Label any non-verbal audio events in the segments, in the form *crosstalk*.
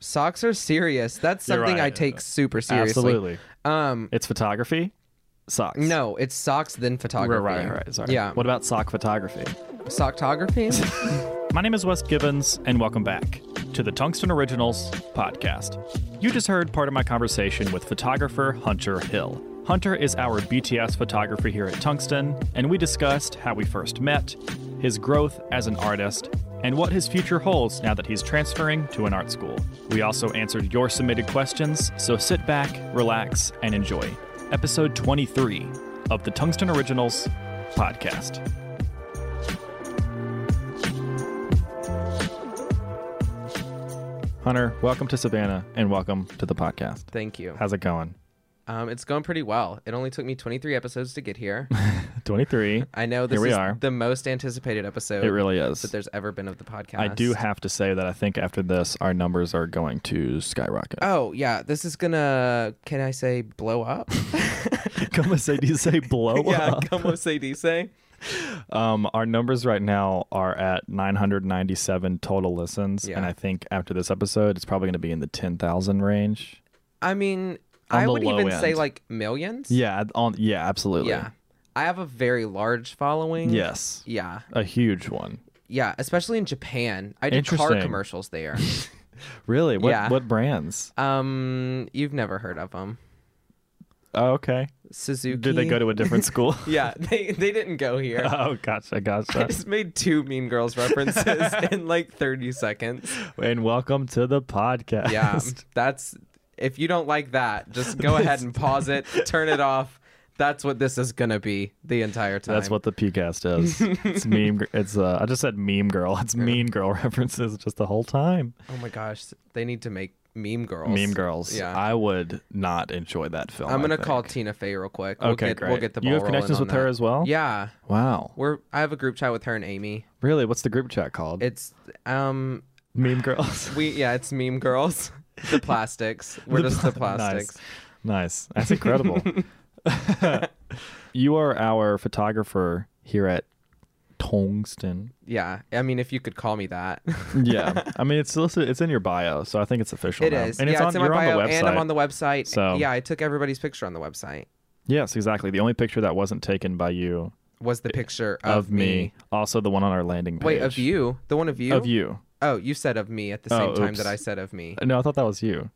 Socks are serious. That's You're something right. I take super seriously. Absolutely. Um, It's photography, socks. no, it's socks then Right, photography. right, right. Sorry. Yeah. *laughs* What about sock photography? *laughs* Sockography? My name is Wes Gibbons, and welcome back to the Tungsten Originals podcast. You just heard part of my conversation with photographer Hunter Hill. Hunter is our BTS photographer here at Tungsten, and we discussed how we first met, his growth as an artist, and what his future holds now that he's transferring to an art school. We also answered your submitted questions, so sit back, relax, and enjoy episode 23 of the Tungsten Originals podcast. Hunter, welcome to Savannah and welcome to the podcast. Thank you. How's it going? Um, it's going pretty well. It only took me 23 episodes to get *laughs* here. 23. *laughs* I know this Here we is are. the most anticipated episode It really is. that there's ever been of the podcast. I do have to say that I think after this, our numbers are going *laughs* to skyrocket. Oh yeah, this is gonna. Can I say blow up? Come and say, do you say *laughs* blow *laughs* yeah, up? como se dice. Um, our numbers right now are at 997 total listens. Yeah. And I think after this episode, it's probably going to be in the 10,000 range. I mean, On I the would low even say end. like millions. Yeah. On, yeah, absolutely. yeah. I have a very large following. Yes. Yeah, A huge one. yeah. Especially in Japan, I do car Interesting. commercials there. *laughs* Really? What, Yeah. what brands? um, you've never heard of them, Oh, okay. Suzuki. Did they go to a different school? *laughs* *laughs* Yeah, they they didn't go here. oh, gotcha. I Gotcha. just made two Mean Girls *laughs* references in like 30 seconds. And welcome to the podcast. *laughs* Yeah, that's if you don't like that, just go ahead and pause *laughs* it, turn it off. That's what this is gonna be the entire time. That's what the PCast *laughs* is. it's meme. gr- It's uh, I just said meme girl. It's mean girl *laughs* references just the whole time. Oh my gosh, they need to make meme girls. Meme girls. Yeah. I would not enjoy that film. I'm I gonna think. call Tina Fey real quick. we'll Okay, get, great. We'll get the ball you have rolling connections on with her that. as well. Yeah, Wow. we're. I have a group chat with her and Amy. Really? What's the group chat called? It's um meme girls. we yeah it's meme girls. *laughs* the *laughs* plastics. We're just the plastics. Nice. nice. *laughs* That's incredible. *laughs* you are our photographer here at Tungsten. Yeah, I mean if you could call me that. *laughs* yeah, I mean it's listed, it's in your bio, so I think it's official. It now. is. and yeah, it's it's on, in my you're bio, on the website. and I'm on the website. So- yeah, I took everybody's picture on the website. yes, exactly. The only picture that wasn't taken by you Was the picture Eh, of, of, me. also the one on our landing page. Wait, of you? The one of you? Of you? Oh, you said of me at the Oh, same time oops. that I said of *laughs* me. No, I thought that was you.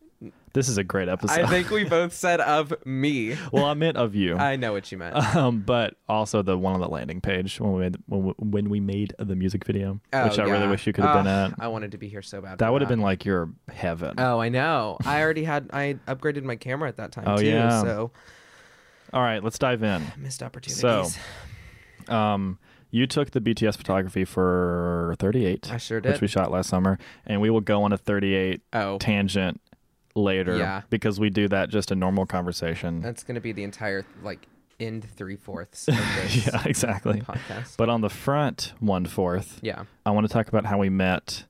This is a great episode. I *laughs* think we both said of *laughs* me. well, I meant of you, I know what you meant. *laughs* um, but also the one on the landing page when we made when we, when we made the music video, Oh, which I really yeah. Ah, wish you could have been Ugh, at. I wanted to be here so bad. That for would have been like your heaven. Oh, I know. I already had. I upgraded my camera at that time Oh, too. yeah. So All right, let's dive in. missed opportunities. So, um, you took the BTS photography for *laughs* 38. I sure Which did. we shot last summer. And we will go on a 38 oh, tangent later Yeah. because we do that just a normal conversation. that's gonna be the entire like end three *laughs* fourths of this yeah, exactly. podcast. But on the front one fourth, yeah. I want to talk about how we met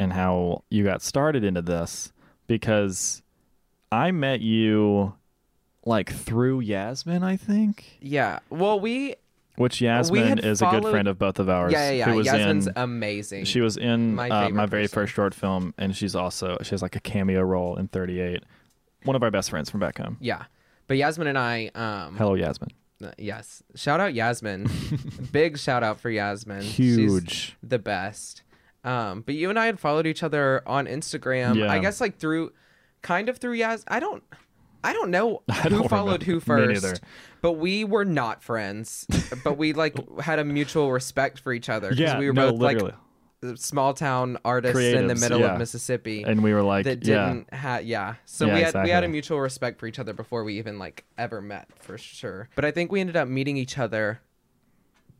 and how you got started into this because I met you like through Yasmin, I think. Yeah. Well, we. Which Yasmin had is a good followed- friend of both of ours. Yeah, yeah, Who yeah. was Yasmin's in amazing. She was in My my, uh, favorite my very person. first short film, and she's also she has like a cameo role in 38. One of our best friends from back home. yeah. But Yasmin and I. Um, Hello, Yasmin. Uh, Yes. Shout out *laughs* Yasmin. Big shout out for Yasmin. She's Huge. the best. Um, but you and I had followed each other on Instagram. Yeah. I guess like through kind of through Yas I don't I don't *laughs* know who don't followed who remember. Me neither. first. But we were not friends. but we *laughs* like had a mutual respect for each other. 'cause Yeah, we were no, both literally. like small town artists in the Creatives, middle yeah. of Mississippi and we were like, that yeah, didn't have yeah so Yeah, we had we had a exactly. mutual respect for each other before we even like ever met for sure but i think we ended up meeting each other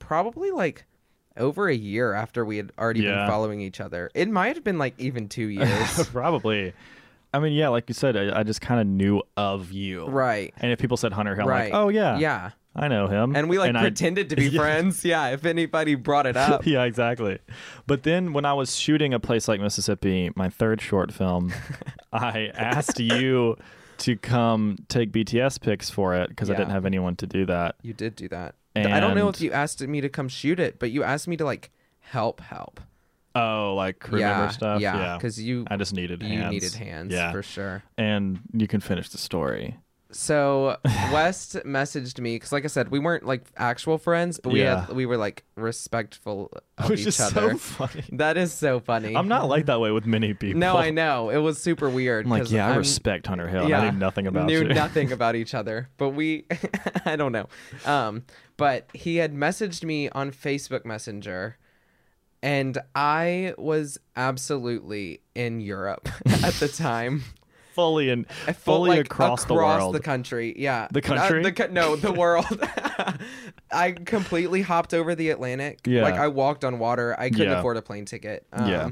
probably like over a year after we had already been Yeah. following each other it might have been like even *laughs* two years *laughs* probably. I mean, yeah, like you said, I, I just kind of knew of you, right And if people said Hunter Hill, I'm right like, oh yeah, yeah I know him. and we like I- pretended to be Yeah. friends yeah if anybody brought it up *laughs* yeah, exactly. But then when I was shooting a place like Mississippi, my third short *laughs* film, I asked you to come take BTS pics for it because I Yeah. didn't have anyone to do that. you did do that Th- i don't know if And- you asked me to come shoot it but you asked me to like help help Oh, like crew yeah, member stuff. yeah, because you I just needed you hands. needed hands Yeah, for sure. and you can finish the story. *laughs* So West messaged me because, like I said, we weren't like actual friends, but we Yeah. had we were like respectful of Which each is other. so funny. that is so funny. I'm not like that way with many people. No, I know it was super weird. I'm like, 'cause yeah, I I'm- respect Hunter Hill. and I yeah, knew nothing about knew you. *laughs* nothing about each other, but we, *laughs* I don't know. Um, but he had messaged me on Facebook Messenger, and I was absolutely in Europe *laughs* at the time. fully and I felt fully like across, the world. country. Yeah, The country? Uh, the, co- no, the world. *laughs* I completely hopped over the Atlantic. Yeah. like I walked on water. I couldn't Yeah. afford a plane ticket. Um, Yeah.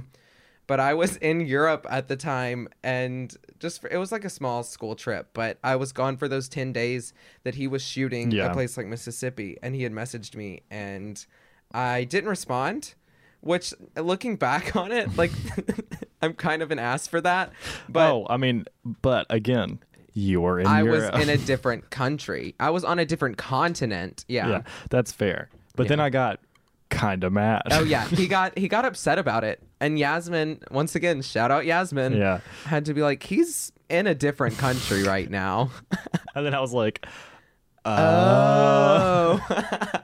but I was in Europe at the time, and just for, it was like a small school trip. But I was gone for those ten days that he was shooting Yeah. a place like Mississippi, and he had messaged me, and I didn't respond. Which, looking back on it, like *laughs* I'm kind of an ass for that. But oh, I mean, but again, you were in I *laughs* Europe. was in a different country. I was on a different continent. Yeah. yeah, that's fair. But then I got kind of mad. Oh yeah. He got he got upset about it. And Yasmin, once again, shout out Yasmin. *laughs* Yeah. Had to be like, he's in a different country right *laughs* now. and then I was like, Uh, Oh.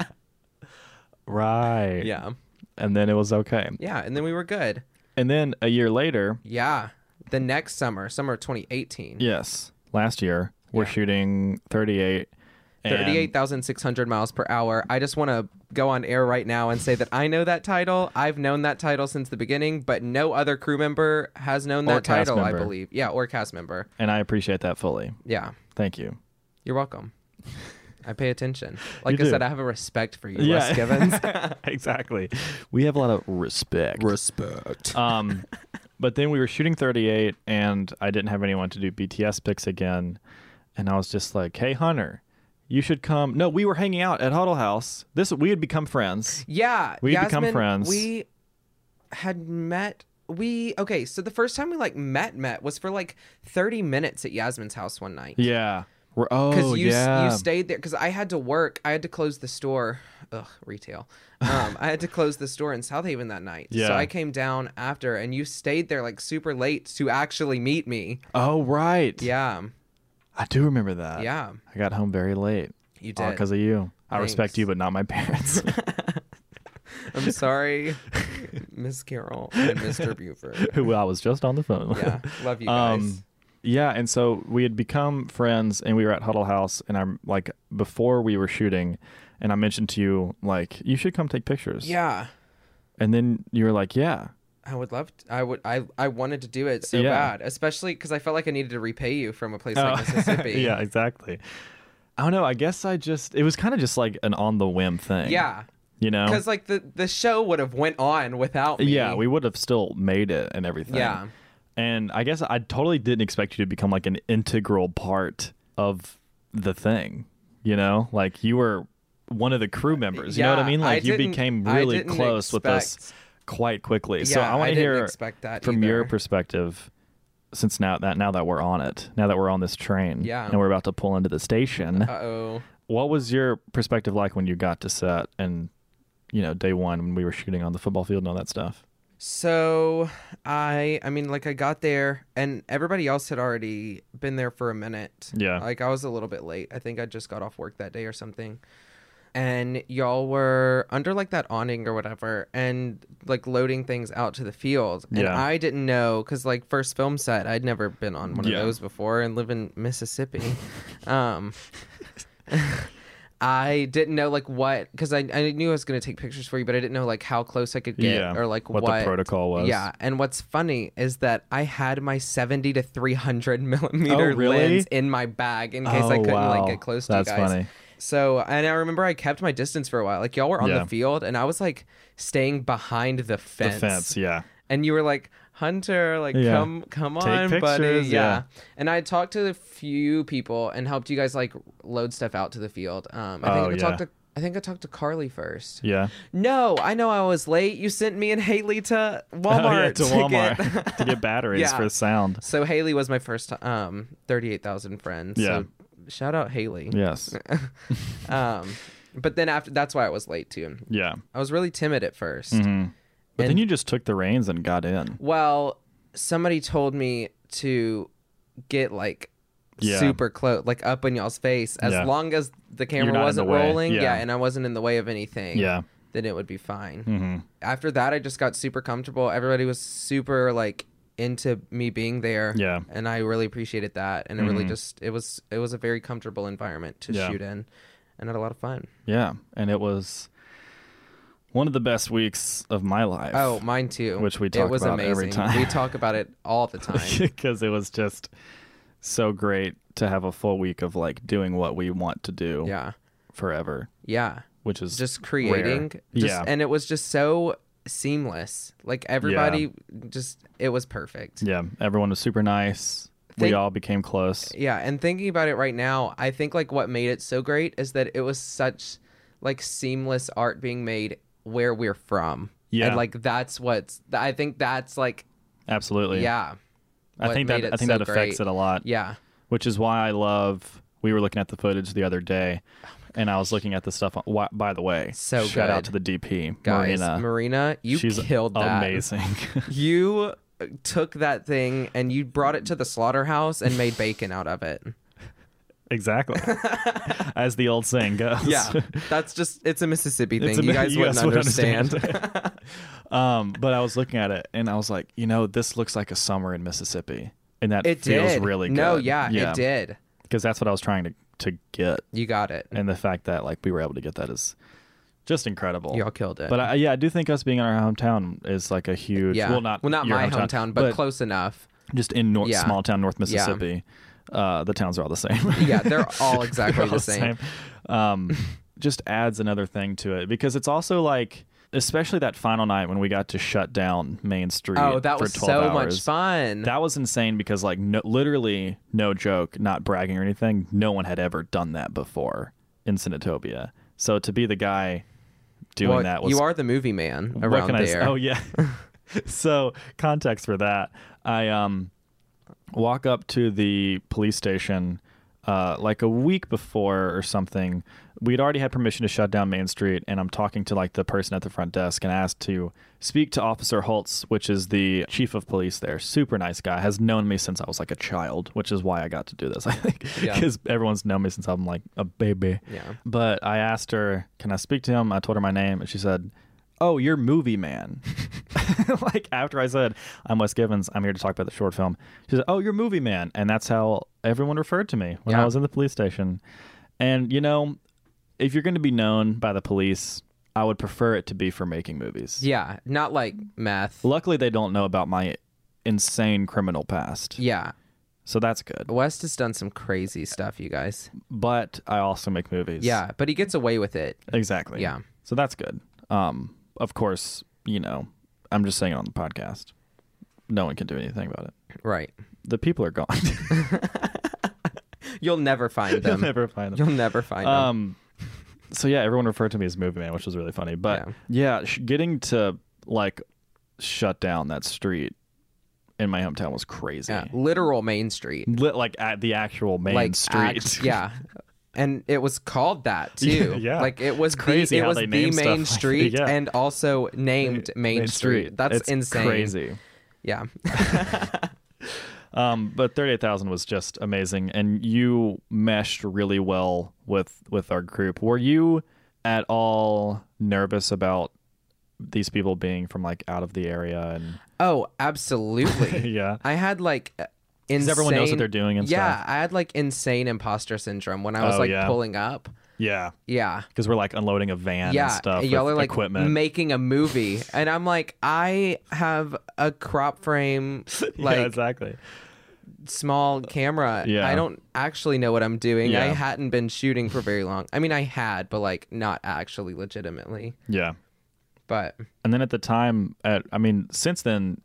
*laughs* right. yeah. And then it was okay. Yeah. And then we were good. And then a year later, Yeah. The next summer, summer of 2018, yes, last year we're Yeah. shooting 38. and- 38,600 miles per hour. I just want to go on air right now and say that I know that title. I've known that title since the beginning, but no other crew member has known Or that cast title, I member. believe. Yeah, or cast member. and I appreciate that fully. Yeah. Thank you. You're welcome. I pay *laughs* attention. Like You I said, do. I have a respect for you, Wes Givens. *laughs* exactly. We have a lot of respect. respect. um, but then we were shooting 38, and I didn't have anyone to do BTS pics again. And I was just like, hey, Hunter, you should come. No, we were hanging out at Huddle House. This We had become friends. Yeah. We Yasmin, become friends. We had met we okay, so the first time we like met met was for like 30 minutes at Yasmin's house one night. Yeah. We're, oh, because you, yeah. you stayed there because i had to work i had to close the store ugh retail um i had to close the store in south haven that night Yeah. so i came down after and you stayed there like super late to actually meet me oh, right. yeah I do remember that. yeah I got home very late. you All did because of you. I respect Thanks. you, but not my *laughs* parents. i'm sorry miss carroll and *laughs* mr buford Who I was just on the phone with. yeah love you Um, guys yeah, and so we had become friends, and we were at Huddle House, and I'm like before we were shooting, and I mentioned to you like you should come take pictures. yeah and then you were like, yeah, I would love. To, I would. I. I wanted to do it so Yeah. bad, especially because I felt like I needed to repay you from a place Oh. *laughs* like Mississippi. yeah, exactly. I don't know. I guess I just it was kind of just like an on the whim thing. Yeah. you know, because like the the show would have went on without me. yeah, we would have still made it and everything. Yeah. and I guess I totally didn't expect you to become like an integral part of the thing. You know, like you were one of the crew members. You know what I Yeah, mean? I Like you didn't- became I really didn't close with us expect- quite quickly. so Yeah, I I want to didn't hear expect that from your either. perspective. Since now that now that we're on it, now that we're on this train, Yeah. and we're about to pull into the station, Uh oh. what was your perspective like when you got to set and you know day one when we were shooting on the football field and all that stuff? So I I mean like I got there and everybody else had already been there for a minute. Yeah. Like I was a little bit late. I think I just got off work that day or something. And y'all were under like that awning or whatever and like loading things out to the field. And Yeah. I didn't know cuz like first film set, I'd never been on one Yeah. of those before and live in Mississippi. *laughs* um I didn't know like what because I, I knew I was gonna take pictures for you, but I didn't know like how close I could get Yeah, or like what what, the protocol was. Yeah, and what's funny is that I had my seventy to three hundred *laughs* millimeter Oh, really? lens in my bag in case Oh, I couldn't wow. like get close to That's you guys. funny. So and I remember I kept my distance for a while. Like y'all were on Yeah. the field and I was like staying behind the fence. Fence, yeah. And you were like, Hunter, like Yeah. come come Take on, buddy. pictures, Yeah. yeah. And I talked to a few people and helped you guys like load stuff out to the field. Um I Oh, think I yeah. talked to I think I talked to Carly first. *laughs* Yeah. *laughs* No, I know I was late. You sent me and Haley to Walmart. *laughs* Oh, yeah, to Walmart *laughs* get- to get batteries Yeah. for sound. *laughs* so Haley was my first um 38,000 friends. Yeah. So shout out Haley. *laughs* Yes. Um but then after that's why I was late too. Yeah. Mm-hmm. I was really timid at 1st But then And- you just took the reins and got in. Well, somebody told me to get like Yeah. super close, like up in y'all's face, as Yeah. long as the not in camera the wasn't way. rolling. Yeah. Yeah. and I wasn't in the way of anything. Yeah. then it would be fine. hmm After that, I just got super comfortable. Everybody was super like into me being there. Yeah. Mm-hmm. and I really appreciated that. And it really just it was it was a very comfortable environment to Yeah. shoot in, and had a lot of fun. Yeah. And it was one of the best weeks of my life. Oh, *laughs* mine too. Which we it talk was about amazing. every time. We talk about it all *laughs* the time. because it was just so great to have a full week of like doing what we want to do yeah, forever, yeah. which is just rare. creating just, yeah. and it was just so seamless like everybody just it was perfect yeah. yeah. Everyone was super nice. we Thank- all became close. and thinking about it right now i think like what made it so great is that it was such like seamless art being made where we're from Yeah. and like that's what's i think that's like Absolutely. yeah I what think made that it I think so that affects great. it a lot. yeah which is why I love. We were looking at the footage the other day, and I was looking at the stuff. On, why, by the way, So shout good. out to the DP guys marina, Marina. you She's killed that amazing. *laughs* *laughs* you took that thing and you brought it to the slaughterhouse and made bacon out of it *laughs* exactly, as the old saying goes. *laughs* Yeah, *laughs* that's just it's a Mississippi thing. It's a- you *laughs* guys wouldn't would understand. um, but I was looking at it, and I was like, you know, this looks like a summer in Mississippi, and *laughs* that it feels did. really good. No, yeah, it did. because that's what I was trying to to get, You got it. and the fact that like we were able to get that is just incredible. Y'all killed it. But I, yeah, I do think us being in our hometown is like a huge. yeah, Well, not your my hometown, but, close enough. Just in nor- Yeah. small town North Mississippi, uh, the towns are all the same. *laughs* *laughs* Yeah, they're all exactly They're all the same. same. Um, *laughs* just adds another thing to it because it's also like, especially that final night when we got to shut down Main Street. Oh, that for was 12 so hours. much fun. That was insane because like no, literally no joke, not bragging or anything. No one had ever done that before in Senatobia. So to be the guy doing Well, that was you are the movie man what around can I say? there. *laughs* Oh yeah. *laughs* so context for that, I um walk up to the police station uh, like a week before or something. We'd already had permission to shut down Main Street, and I'm talking to like the person at the front desk and asked to speak to Officer Holtz, which is the chief of police there. Super nice guy, has known me since I was like a child, which is why I got to do this. *laughs* I think Yeah. because everyone's known me since I'm like a baby. Yeah. But I asked her, "Can I speak to him?" I told her my name, and she said, "Oh, you're *laughs* movie man." *laughs* like after I said, "I'm Wes Givens. I'm here to talk about the short film." She said, "Oh, you're movie man," and that's how everyone referred to me when I Yeah. was in the police station. And you know, if you're going to be known by the police, I would prefer it to be for making movies. Yeah, not like meth. Luckily, they don't know about my insane criminal past, Yeah, so that's good. West has done some crazy stuff, you guys. But I also make movies. Yeah, but he gets away with it. Exactly. Yeah. So that's good. Um, of course, you know, I'm just saying it on the podcast. No one can do anything about it. Right. The people are gone. *laughs* You'll never find You'll them. never find them. You'll never find them. Um, so yeah, everyone referred to me as Movie Man, which was really funny. But yeah, sh- getting to like shut down that street in my hometown was crazy. Yeah, literal Main Street. Lit like at the actual main like street. act- *laughs* yeah. And it was called that too. Yeah. Like it was crazy the, it how was they the main name stuff like that, street yeah. and also named Main, Street. That's It's insane. Crazy. Yeah. Um, but thirty eight thousand was just amazing, and you meshed really well with with our group. Were you at all nervous about these people being from like out of the area? *laughs* And Oh, *laughs* absolutely. yeah, I had like uh, insane everyone knows what they're doing and Yeah, stuff. I had like insane imposter syndrome when I was Oh, like yeah. pulling up. yeah, Yeah. because we're like unloading a van and Yeah, stuff. and y'all with are like equipment. making a movie, and I'm like, I have a crop frame, like *laughs* *laughs* yeah, exactly. small camera. Yeah. I don't actually know what I'm doing. I Yeah. hadn't been shooting for very long. I mean, I had, but like not actually legitimately. Yeah, But and then at the time, at I mean, since then.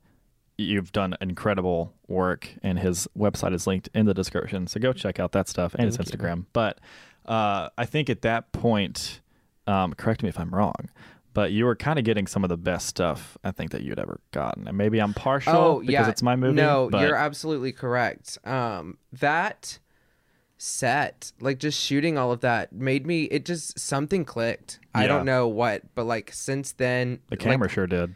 You've done incredible work, and his website is linked in the description. So go check out that stuff and his Instagram. But uh, I think at that point, um, correct me if I'm wrong, but you were kind of getting some of the best stuff I think that you'd ever gotten. And maybe I'm partial oh because yeah, it's my movie. No, but you're absolutely correct. Um, that set, like just shooting all of that, made me. It just something clicked. I Yeah. don't know what, but like since then, the like, camera sure did.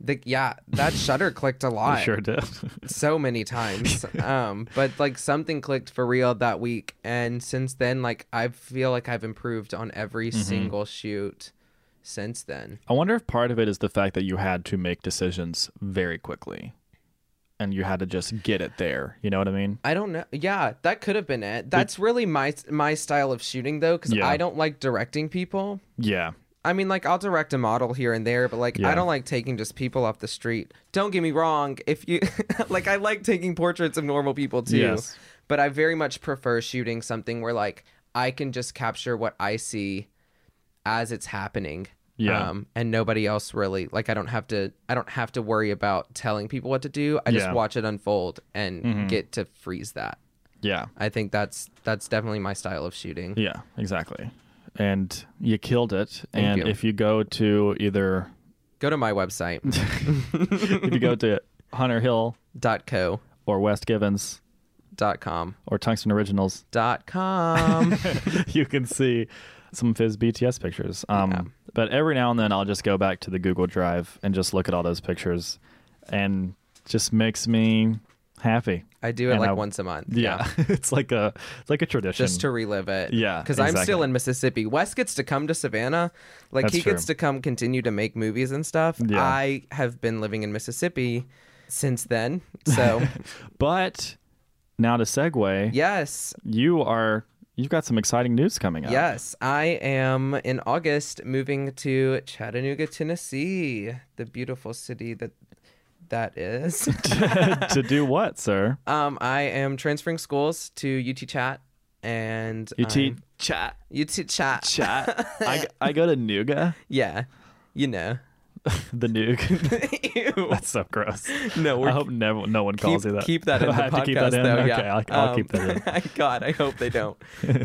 the yeah that shutter *laughs* clicked a lot I sure did. so many times. um, but like something clicked for real that week, and since then, like I feel like I've improved on every single shoot since then. I wonder if part of it is the fact that you had to make decisions very quickly and you had to just get it there. You know what I mean? I don't know. Yeah, that could have been it. That's really my my style of shooting though, because Yeah. I don't like directing people. Yeah. I mean, like I'll direct a model here and there, but like Yeah. I don't like taking just people off the street. Don't get me wrong. If you *laughs* like, I like taking portraits of normal people too. Yes. But I very much prefer shooting something where like I can just capture what I see as it's happening. Yeah. Um, and nobody else really like I don't have to I don't have to worry about telling people what to do. I just Yeah. Mm-hmm. watch it unfold and get to freeze that. Yeah. I think that's that's definitely my style of shooting. Yeah, exactly. And you killed it. and you. if you go to either Go to my website *laughs* if you *laughs* go to Hunter Hill dot co or West Givens dot com or Tungsten Originals, *laughs* dot com. you can see some of his BTS pictures. Um, But every now and then, I'll just go back to the Google Drive and just look at all those pictures, and just makes me happy. I do it And like I- once a month. *laughs* Yeah, it's like a it's like a tradition. Just to relive it. Yeah, Because I'm still in Mississippi. Wes gets to come to Savannah. Like That's he gets true. to come continue to make movies and stuff. Yeah. I have been living in Mississippi since *laughs* then. So but now to segue, yes. you are you've got some exciting news coming up. Yes. I am in August moving to Chattanooga, Tennessee. The beautiful city that that *laughs* is. to do what, sir? um, I am transferring schools to UT Chat and You teach I'm- chat UT Chat. chat. *laughs* I, I go to Nuga, Yeah. You *laughs* know. the Nuke. Ew. *laughs* That's so gross. No, I we're hope never, no one keep, calls you that. keep that in *laughs* I the have podcast to keep that in? though. Okay, yeah. I'll, I'll keep that in. Um, *laughs* God, I hope they *laughs* don't.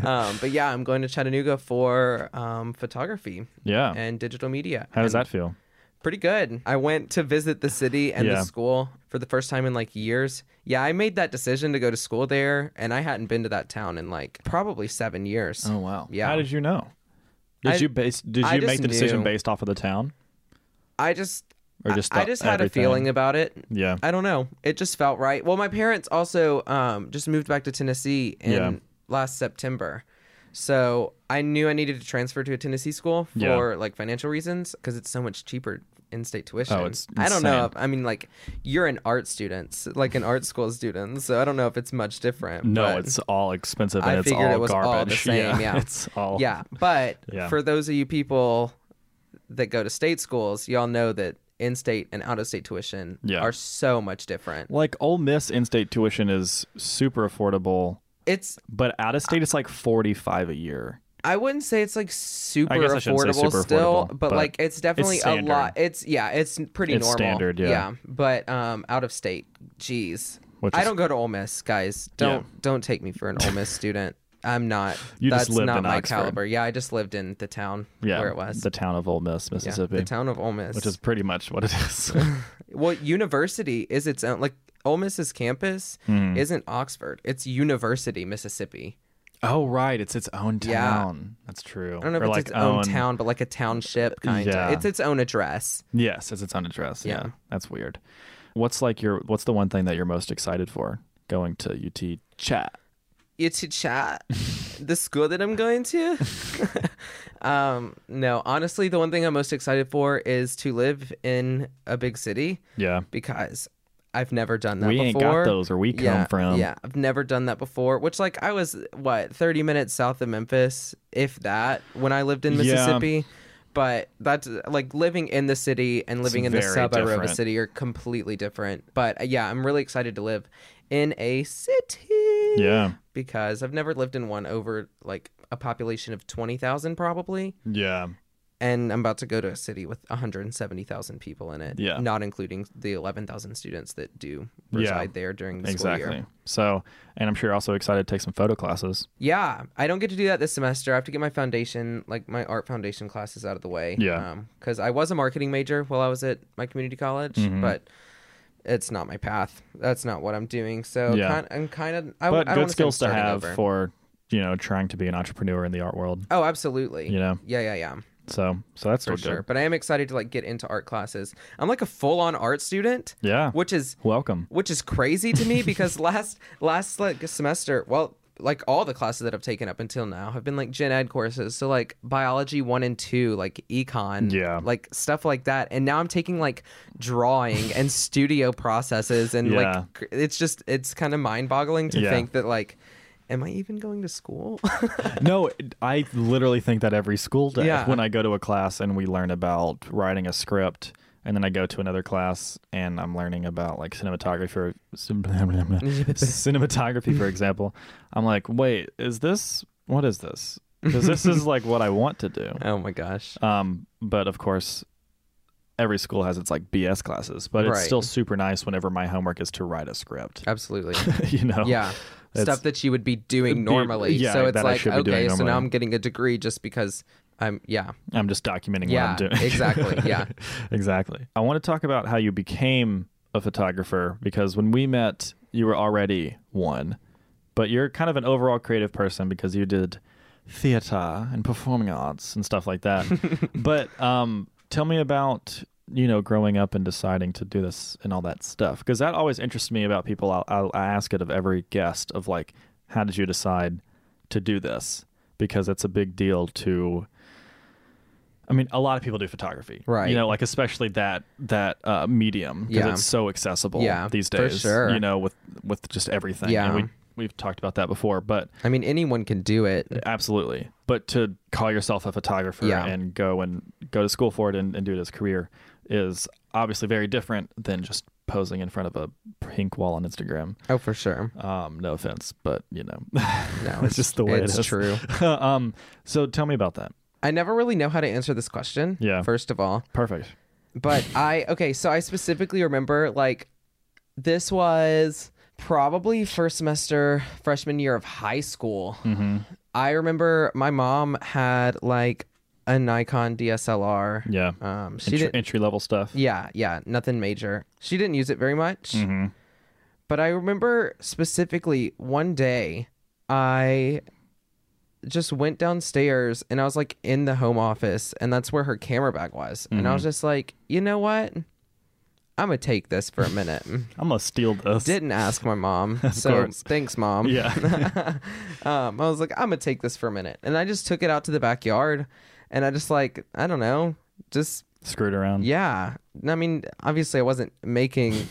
um, but yeah, I'm going to Chattanooga for um, photography Yeah. *laughs* and digital media. Oh. How does And that feel? Pretty good. I went to visit the city and Yeah. the school for the first time in like years. Yeah, I made that decision to go to school there, and I hadn't been to that town in like probably seven years. wow. Yeah. How did you know? Did I- you base? Did I you make just the decision knew. based off of the town, I just, or just I the- just had a everything? feeling about it. Yeah. I don't know. It just felt right. Well, my parents also um, just moved back to Tennessee in Yeah. last September. So I knew I needed to transfer to a Tennessee school for Yeah. like financial reasons because it's so much cheaper in state tuition. Oh, it's I don't know. insane. If, I mean, like you're an art student, s- like an art school student. So I don't know if it's much different. No, but- it's all expensive and I it's figured all it was all garbage. *laughs* the same, yeah. it's all yeah. But *laughs* Yeah. for those of you people that go to state schools, y'all know that in state and out of state tuition Yeah. are so much different. Like Ole Miss in-state tuition is super affordable, It's but out of state it's like forty-five a year. I wouldn't say it's like super guess I shouldn't say affordable super still, affordable, but, but like it's definitely a standard. lot. It's yeah, it's pretty It's normal. standard, yeah. But um, out of state, geez, Which I is- don't go to Ole Miss, guys. Don't don't take me for an Ole Miss student. I'm not. You that's just lived not in my Oxford. caliber. Yeah, I just lived in the town Yeah, where it was. the town of Ole Miss, Yeah, Mississippi, the town of Ole Miss, which is pretty much what *laughs* it is. *laughs* well, university is its own. Like Ole Miss's campus Hmm. isn't Oxford; it's University, Mississippi. oh, right, it's its own Yeah. town. That's true. I don't know if or it's like its own, town, but like a township kind of. Yeah. It's its own address. Yes, it's its own address. Yeah. Yeah. that's weird. What's like your? What's the one thing that you're most excited for going to UT Chat? It's a chat. the school that I'm going *laughs* to. um, no, honestly, the one thing I'm most excited for is to live in a big city Yeah, because I've never done that we before. ain't got those where we come yeah, from. Yeah, I've never done that before. Which, like, I was what thirty minutes south of Memphis, if that, when I lived in Yeah. Mississippi. But that's like living in the city and living in the very suburb of a different. city are completely different. But uh, yeah, I'm really excited to live in a city. yeah, Because I've never lived in one over like a population of twenty thousand probably, yeah. and I'm about to go to a city with one hundred and seventy thousand people in it. Yeah. not including the eleven thousand students that do Yeah. reside there during the school year. Exactly. So, and I'm sure you're also excited to take some photo classes. Yeah, I don't get to do that this semester. I have to get my foundation, like my art foundation classes out of the way. Yeah. Because I was a marketing major while I was at my community college, Mm-hmm. but it's not my path. That's not what I'm doing. So Yeah. kind, I'm kind of. I, But I don't wanna good say skills I'm to starting have over. for you know trying to be an entrepreneur in the art world. Oh, absolutely. You know? Yeah, yeah, yeah. So so that's for still sure. good. But I am excited to like get into art classes. I'm like a full on art student. Yeah. Which is Welcome. which is crazy to *laughs* me because last last like semester, well, like all the classes that I've taken up until now have been like gen ed courses. So like biology one and two, like econ, Yeah. like stuff like that. And now I'm taking like drawing *laughs* and studio processes, and Yeah. like cr- it's just it's kind of mind boggling to Yeah. think that like, am I even going to school? *laughs* no, it- I literally think that every school day Yeah. when I go to a class and we learn about writing a script, and then I go to another class and I'm learning about like cinematography, or, *laughs* cinematography, for example. I'm like, wait, is this what is this? Because *laughs* this is like what I want to do. oh my gosh. Um, but of course, every school has its like BS classes, but it's Right. still super nice whenever my homework is to write a script. *laughs* Absolutely. *laughs* you know? yeah It's- stuff that you would be doing Be- normally yeah, so it's that I like should be doing okay so normally. now i'm getting a degree just because i'm yeah I'm just documenting yeah what I'm doing. exactly yeah *laughs* exactly. I want to talk about how you became a photographer because when we met, you were already one, but you're kind of an overall creative person because you did theater and performing arts and stuff *laughs* like that. but um, tell me about you know growing up and deciding to do this and all that stuff because that always interests me about people. I'll, I'll, I ask it of every guest of like, how did you decide to do this? Because it's a big deal to I mean, a lot of people do photography, Right. You know, like especially that that uh, medium because Yeah. it's so accessible Yeah, these for days. sure. You know, with with just everything. Yeah. and we we've talked about that before, but i mean anyone can do it absolutely. But to call yourself a photographer Yeah. and go and go to school for it and, and do it as a career is obviously very different than just posing in front of a pink wall on Instagram. oh for *laughs* sure Um, no offense, but you know, *laughs* no it's just the way it it's is. true um, so tell me about that. i never really know how to answer this question Yeah. first of all Perfect. but i okay so i specifically remember like this was probably first semester freshman year of high school Mm-hmm. i remember my mom had like a nikon dslr Yeah. um she Entry, didn't entry level stuff. Yeah, yeah, nothing major. She didn't use it very much, Mm-hmm. but I remember specifically one day I just went downstairs and I was like in the home office and that's where her camera bag was. And I was Mm-hmm. just like, "You know what? I'm going to take this for a *laughs* minute." I'm gonna steal this. didn't ask my mom. so course. thanks, mom. *laughs* yeah. *laughs* um, I was like, I'm gonna take this for a minute, and I just took it out to the backyard, and I just like, I don't know, just Screwed around. yeah. I mean, obviously, I wasn't *laughs* making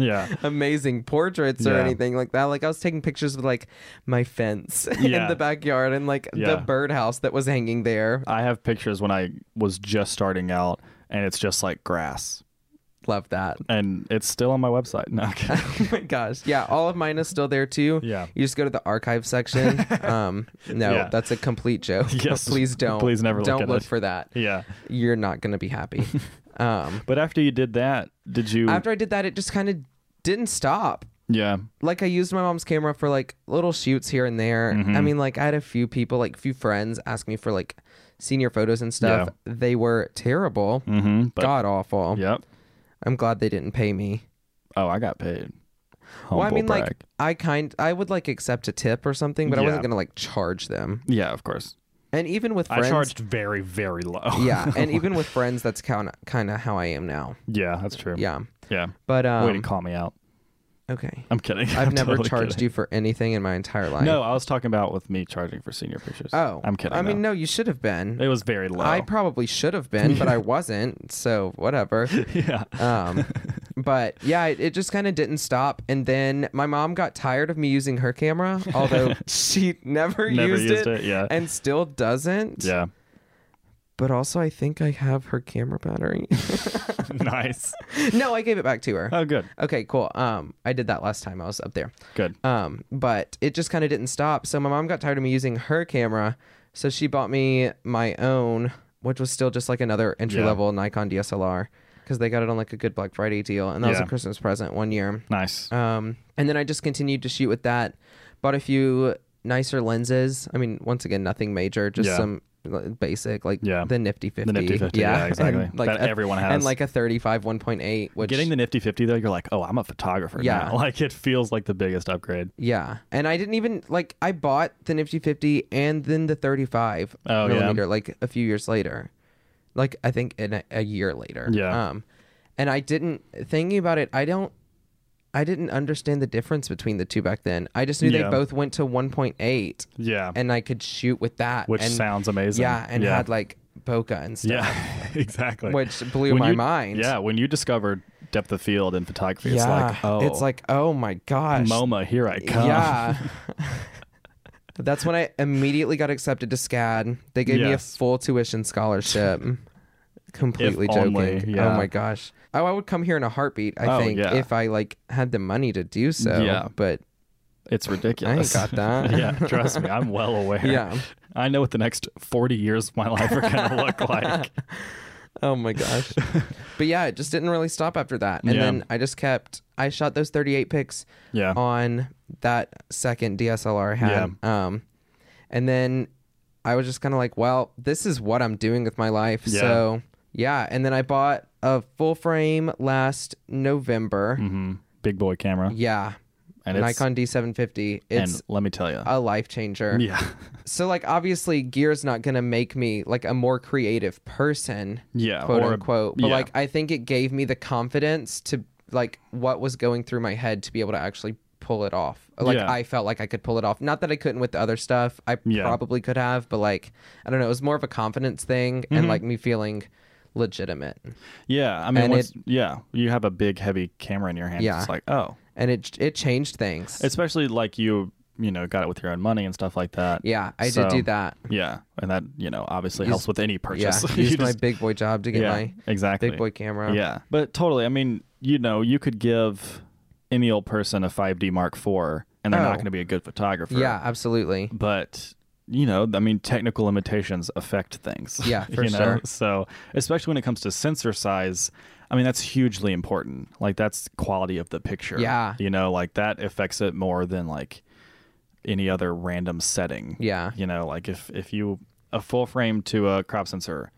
Yeah. amazing portraits or Yeah. anything like that. Like I was taking pictures with like my fence *laughs* Yeah. in the backyard and like Yeah. the birdhouse that was hanging there. I have pictures when I was just starting out and it's just like grass. Love that. *laughs* And it's still on my website. *laughs* No, okay. oh my gosh. Yeah, all of mine is still there too. Yeah. You just go to the archive *laughs* section. um no, Yeah. that's a complete joke. *laughs* Yes. please don't. Please never look don't at look it. for that. yeah. You're not gonna be *laughs* happy. um But after you did that, did you after I did that it just kind of didn't stop. Yeah. like I used my mom's camera for like little shoots here and there. Mm-hmm. I mean, like I had a few people, like few friends, ask me for like senior photos and stuff. They were terrible, Mm-hmm. But god awful. Yep. I'm glad they didn't pay me. Oh, I got paid. Humble well, I mean, brag. like I kind, I would like accept a tip or something, but I Yeah. wasn't gonna like charge them. Yeah, of course. And even with friends, I *laughs* charged very, very low. *laughs* yeah, and even with friends, that's kind of kind of how I am now. *laughs* yeah, that's true. Yeah, Yeah. but Way to um, call me out. okay. I'm kidding. I've *laughs* I'm never totally charged kidding. you for anything in my entire life. No, I was talking about with me charging for senior pictures. Oh, I'm kidding. I mean, no. no, you should have been. It was very low. *laughs* I probably should have been, but I wasn't. So whatever. *laughs* yeah. *laughs* Um, but yeah, it, it just kind of didn't stop. And then my mom got tired of me using her camera, *laughs* although she never, Never used, used it, it, yeah. and still doesn't. Yeah. *laughs* But also, I think I have her camera battery. *laughs* nice. no, I gave it back to her. Oh, good. Okay, cool. Um, I did that last time I was up there. Good. Um, but it just kind of didn't stop. So my mom got tired of me using her camera, so she bought me my own, which was still just like another entry Yeah. level Nikon DSLR because they got it on like a good Black Friday deal, and that was a Yeah. Christmas present one year. Nice. Um, and then I just continued to shoot with that. Bought a few nicer lenses. I mean, once again, nothing major, just Yeah. some like, basic, like Yeah. the Nifty Fifty. Nifty 50, yeah, exactly. *laughs* And, like That a- everyone has. and like a thirty-five one point eight. Which Getting the nifty 50, though, you're like, oh, I'm a photographer. Yeah. Now. *laughs* Like, it feels like the biggest upgrade. yeah, and I didn't even like I bought the Nifty Fifty and then the thirty-five Oh, yeah. millimeter like a few years later, like I think in a, a year later. Yeah. Um, and I didn't thinking about it. I don't. I didn't understand the difference between the two back then. I just knew Yeah. they both went to one point eight, Yeah. and I could shoot with that. which and, sounds amazing. Yeah, and had like bokeh and stuff, Yeah, *laughs* exactly. which blew When my you- mind. Yeah, when you discovered depth of field in photography, it's yeah. like, oh, it's like, oh my gosh, MoMA, here I come. yeah. *laughs* That's when I immediately got accepted to SCAD. They gave me a Yes. full tuition scholarship. Completely If joking. only, yeah. Oh my gosh. Oh, I would come here in a heartbeat. I Oh, think yeah. if I like had the money to do so. Yeah. But *laughs* It's ridiculous. I ain't got that. *laughs* yeah, trust me, *laughs* I'm well aware. Yeah. I know what the next 40 years of my life are *laughs* going to look like. Oh my gosh. *laughs* but yeah, it just didn't really stop after that. And Yeah. then I just kept I shot those 38 pics Yeah. Um, on that second DSLR I had. Um and then I was just kind of like, well, this is what I'm doing with my life. Yeah. So, yeah, and then I bought a full frame last November. hmm Big boy camera. Yeah. And it's, Nikon D750. It's and let me tell you. a life changer. yeah. *laughs* So like obviously gear's not going to make me like a more creative person Yeah. quote or- unquote. But yeah. like, I think it gave me the confidence to like what was going through my head to be able to actually pull it off. Like Yeah. I felt like I could pull it off. Not that I couldn't with the other stuff. I Yeah. probably could have, but like I don't know. It was more of a confidence thing and Mm-hmm. like me feeling legitimate. Yeah. I mean, and once, yeah, you have a big, heavy camera in your hand. Yeah. It's like, oh, And it it changed things. especially like you, you know, got it with your own money and stuff like that. yeah, I So- did do that. Yeah, and that you know obviously helps with any Yeah, purchase. *laughs* You used my just- big boy job to get yeah, my exactly big boy camera. Yeah, but totally. I mean, you know, you could give any old person a 5D Mark IV, and they're Oh. not going to be a good photographer. yeah, absolutely. but you know, I mean, technical limitations affect things. *laughs* Yeah, for you know? sure. So especially when it comes to sensor size, I mean, that's hugely important. Like that's quality of the picture. Yeah. you know, like that affects it more than like any other random setting Yeah. you know like if if you a full frame to a crop sensor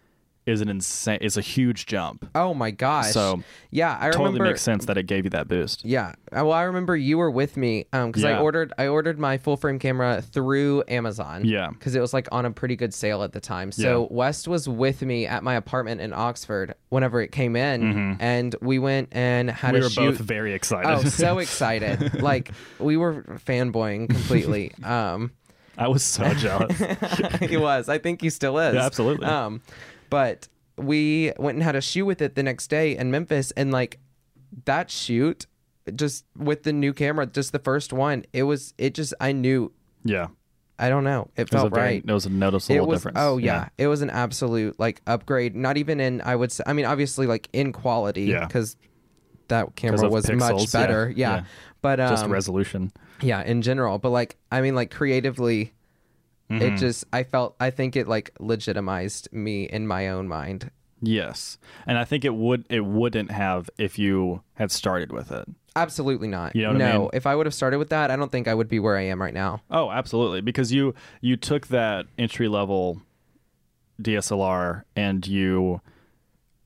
is an insane is a huge jump Oh my gosh. So, yeah, I totally remember makes sense that it gave you that boost Yeah. Uh, Well, I remember you were with me because Yeah. I ordered I ordered my full frame camera through Amazon. Yeah. Because it was like on a pretty good sale at the time. So Yeah. West was with me at my apartment in Oxford whenever it came in, and we went and had Mm-hmm. we a were shoot. both very excited oh, so excited! like we were fanboying *laughs* completely. Um, *laughs* i was so *laughs* jealous he was. I think he still is. Yeah, absolutely. Um, but we went and had a shoot with it the next day in Memphis, and like that shoot, just with the new camera, just the first one, it was. It just I knew. yeah I don't know. It it was, a felt very, right. it was a noticeable It was. difference Oh yeah. it was an absolute like upgrade. Not even in. I would. Say, I mean, obviously, like in quality, Yeah. because that camera of was pixels, much yeah, better. Yeah. yeah. But um, just resolution yeah in general but like i mean like creatively Mm-hmm. it just i felt i think it like legitimized me in my own mind yes and i think it would it wouldn't have if you had started with it absolutely not You know what I no mean? if i would have started with that i don't think i would be where i am right now Oh, absolutely. Because you you took that entry level DSLR and you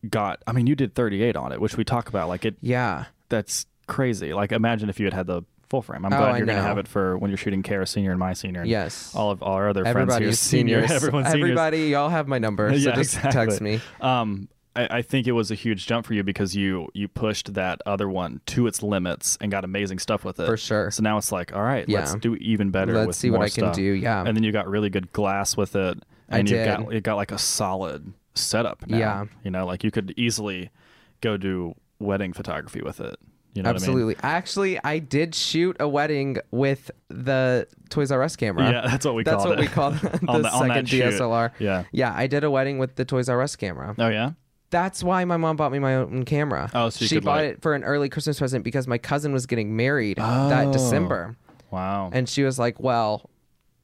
got I mean you did 38 on it, which we talk about like it yeah that's crazy. Like imagine if you had had the full frame. I'm Oh, glad I you're going to know. have it for when you're shooting Kara senior and my senior and yes all of all our other friends here everybody's senior, seniors *laughs* everyone's seniors. everybody y'all have my *laughs* number so Yeah, just text exactly. me Um, I, I think it was a huge jump for you because you you pushed that other one to its limits and got amazing stuff with it. For sure. So now it's like, all right, Yeah. let's do even better. Let's with see what more I can stuff. do, yeah. And then you got really good glass with it, I and you did. got you got like a solid setup. Now. Yeah. You know, like you could easily go do wedding photography with it. You know What absolutely actually i did shoot a wedding with the toys r us I camera mean? *laughs* Yeah, that's what we that's called what it. we call the, On the the- on that second shoot. dslr *laughs* Yeah. yeah i did a wedding with the toys r us camera Oh yeah. That's why my mom bought me my own camera. Oh, so you she could, bought like- it for an early Christmas present because my cousin was getting married that Oh. December, Wow. and she was like, "Well,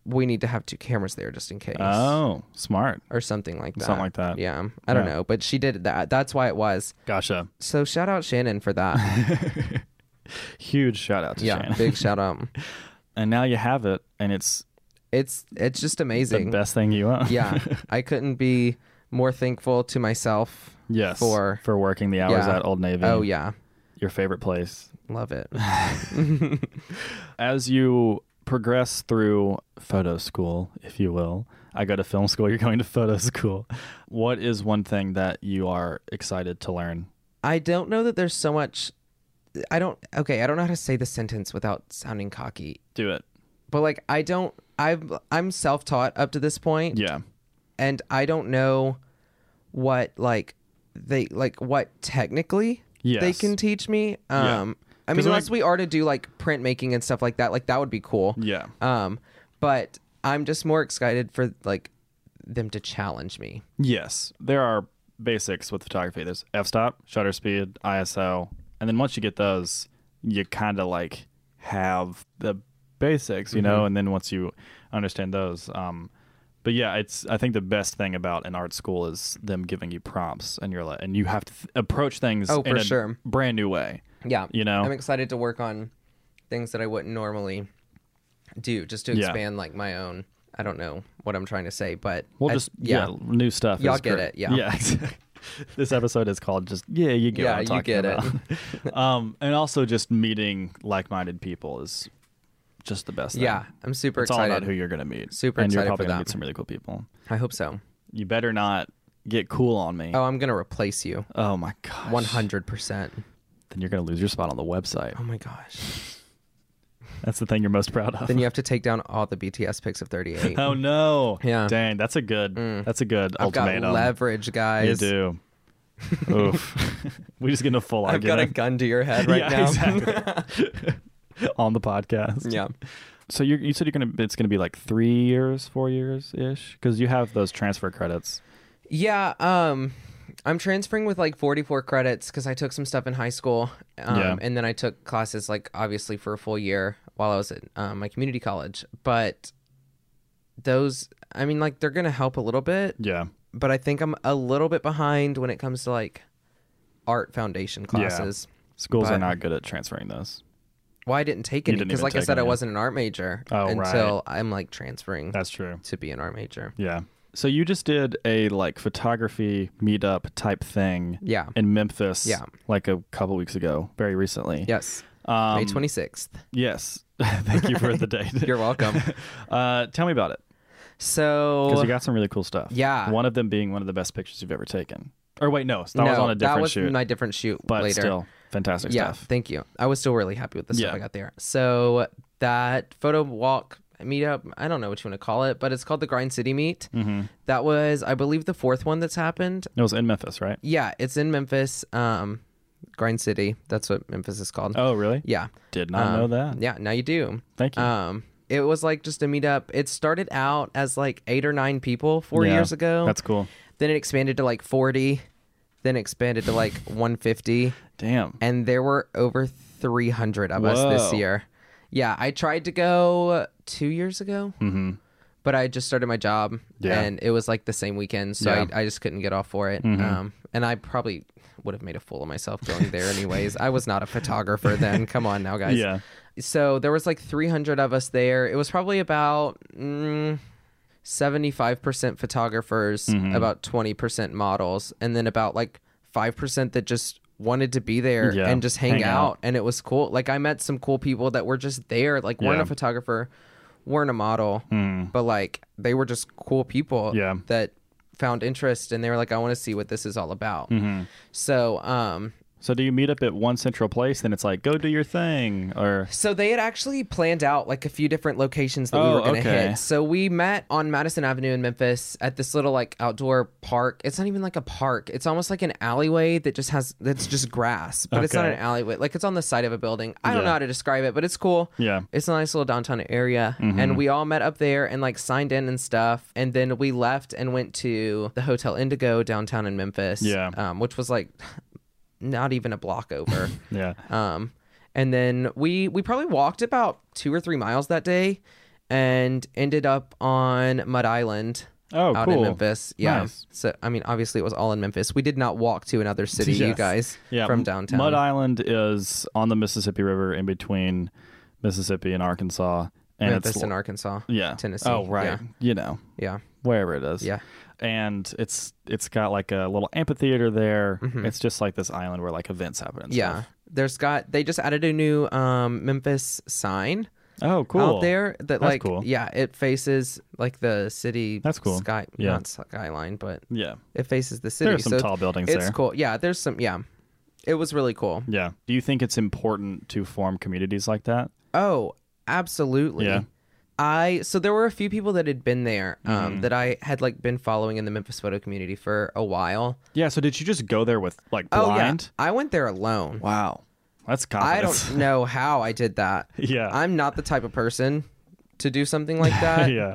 we need to have two cameras there just in case." oh, smart. Or something like that. Something like that. Yeah. I don't Yeah. know. But she did that. That's why it was. Gotcha. So shout out Shannon for *laughs* that. Huge shout out to Yeah. Shannon. Big shout out. and now you have it and it's It's it's just The amazing. best thing you own. yeah, I couldn't be more thankful to myself. *laughs* yes. For for working the hours Yeah. at Old Navy. oh yeah, Your favorite place. love it. As you progress through photo school, if you will, I go to film school. *laughs* You're going to photo school. What is one thing that you are excited to learn? I don't know that there's so much. I don't. Okay, I don't know how to say the sentence without sounding cocky. Do it. But like, I don't. I've I'm self-taught up to this point. Yeah. and I don't know what like they like what technically they Yes. can teach me. Yeah. Um I 'Cause mean when I- unless we are to do like printmaking and stuff like that, like that would be cool. Yeah. Um but I'm just more excited for like them to challenge me. Yes, there are basics with photography. There's f-stop, shutter speed, ISO, and then once you get those, you kind of like have the basics, you Mm-hmm. know. And then once you understand those, um, but yeah, it's I think the best thing about an art school is them giving you prompts, and you're like, and you have to th- approach things Oh, in for a sure. brand new way. Yeah. You know? I'm excited to work on things that I wouldn't normally do just to Yeah. expand like my own I don't know what I'm trying to say, but Well, I- just yeah. new stuff. Y'all is get great. it, yeah. yeah. *laughs* exactly. this episode is called just yeah, you get Yeah, what I'm you talking get it. about. *laughs* um, and also just meeting like-minded people is just the best. thing. yeah, I'm super it's all excited. about who you're gonna meet. Super and you're excited probably for gonna that. meet some really cool people. I hope so. You better not get cool on me. Oh, I'm going to replace you. Oh my gosh. One hundred percent. Then you're gonna lose your spot on the website. Oh my *laughs* gosh. That's the thing you're most proud of. Then you have to take down all the BTS pics of thirty eight. *laughs* oh no. Yeah. Mm. Dang, that's a good. That's a good I've got ultimatum. leverage, guys. You do. *laughs* Oof. *laughs* we just get in a full I've argument. got a gun to your head right *laughs* yeah, now. exactly. on the *laughs* podcast. yeah. So you you said you're gonna it's gonna be like three years, four years ish, because you have those transfer credits. Yeah. Um, I'm transferring with like forty four credits because I took some stuff in high school. Um, Yeah. And then I took classes like obviously for a full year while I was at um, my community college. But those, I mean, like they're gonna help a little bit. Yeah. But I think I'm a little bit behind when it comes to like art foundation classes. Schools are But- not good at transferring those. Well, I didn't take You any didn't because, even like I take said, any, I yeah. wasn't an art major Oh, right. until I'm like transferring That's true. to be an art major. Yeah. So you just did a like photography meetup type thing Yeah. *laughs* in Memphis Yeah. like a couple weeks ago, very recently. Yes. Um, May 26th. Yes. *laughs* Thank you *laughs* for the date. You're *laughs* welcome. uh, tell me about it. Because So you got some really cool stuff. Yeah. One of them being one of the best pictures you've ever taken. Or wait, no, that no, was on a that different was shoot. my different shoot but later. still, fantastic yeah. stuff. Thank you. I was still really happy with the stuff Yeah. I got there. So that photo walk meetup, I don't know what you want to call it, but it's called the Grind City Meet. Mm-hmm. That was, I believe, the fourth one that's happened. It was in Memphis, right? Yeah, it's in Memphis. Um, Grind City. That's what Memphis is called. Oh, really? Yeah. Did not know Um, that. Yeah, now you do. Thank you. Um, it was like just a meetup. It started out as like eight or nine people four Yeah, years ago. That's cool. Then it expanded to like 40, then expanded to like 150, Damn. and there were over 300 of us this Whoa. year. Yeah, I tried to go two years ago, Mm-hmm. but I just started my job, Yeah. and it was like the same weekend, so Yeah. Mm-hmm. I, I just couldn't get off for it. Um, and I probably would have made a fool of myself going there anyways. I was not a photographer then. Come on now, guys *laughs* Yeah. so there was like 300 of us there it was probably about mm, 75% photographers Mm-hmm. about 20% models and then about like 5% that just wanted to be there Yeah, and just hang, hang out. out. and it was cool like i met some cool people that were just there like weren't Yeah. Hmm. a photographer weren't a model but like they were just cool people Yeah. that found interest and they were like i want to see what this is all about Mm-hmm. so um So do you meet up at one central place, then it's like go do your thing, or So they had actually planned out like a few different locations that we Oh, were going to okay. hit. So we met on Madison Avenue in Memphis at this little like outdoor park. It's not even like a park. It's almost like an alleyway that just has that's just grass, but it's not an Okay. alleyway. Like it's on the side of a building. I don't Yeah. know how to describe it, but it's cool. Yeah. Mm-hmm. It's a nice little downtown area and we all met up there and like signed in and stuff and then we left and went to the Hotel Indigo downtown in Memphis. Yeah. Um, which was like *laughs* not even a block over. yeah, Um, and then we we probably walked about two or three miles that day, and ended up on Mud Island. Oh, out cool. in Memphis. Yeah. Nice. So I mean, obviously it was all in Memphis. We did not walk to another city, you Yes. guys, yeah. from M- downtown. Mud Island is on the Mississippi River, in between Mississippi and Arkansas, and Memphis it's in Arkansas. yeah Tennessee, Oh right, yeah. you know Yeah. wherever it is. Yeah. and it's it's got like a little amphitheater there. It's just like this island where like events happen. And Mm-hmm. Yeah. stuff. There's got they just added a new um Memphis sign Oh, cool. out there that like cool. yeah, it faces like the city That's cool. sky Yeah. not skyline, but Yeah. it faces the city. There are some so tall buildings it's there. cool. Yeah, there's some yeah. It was really cool. Yeah. Do you think it's important to form communities like that? Oh, absolutely. Yeah. I so there were a few people that had been there um, Mm-hmm. that I had like been following in the Memphis photo community for a while. Yeah. So did you just go there with like Oh blind? yeah, I went there alone. Wow. That's I confidence. *laughs* don't know how I did that. Yeah. I'm not the type of person to do something like *laughs* that, yeah.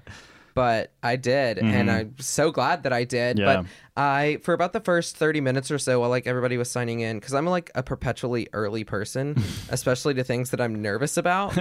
but I did, and I'm so glad that I did. Mm-hmm. Yeah. But I, for about the first 30 minutes or so, while like everybody was signing in, because I'm like a perpetually early *laughs* person, especially to things that I'm nervous about.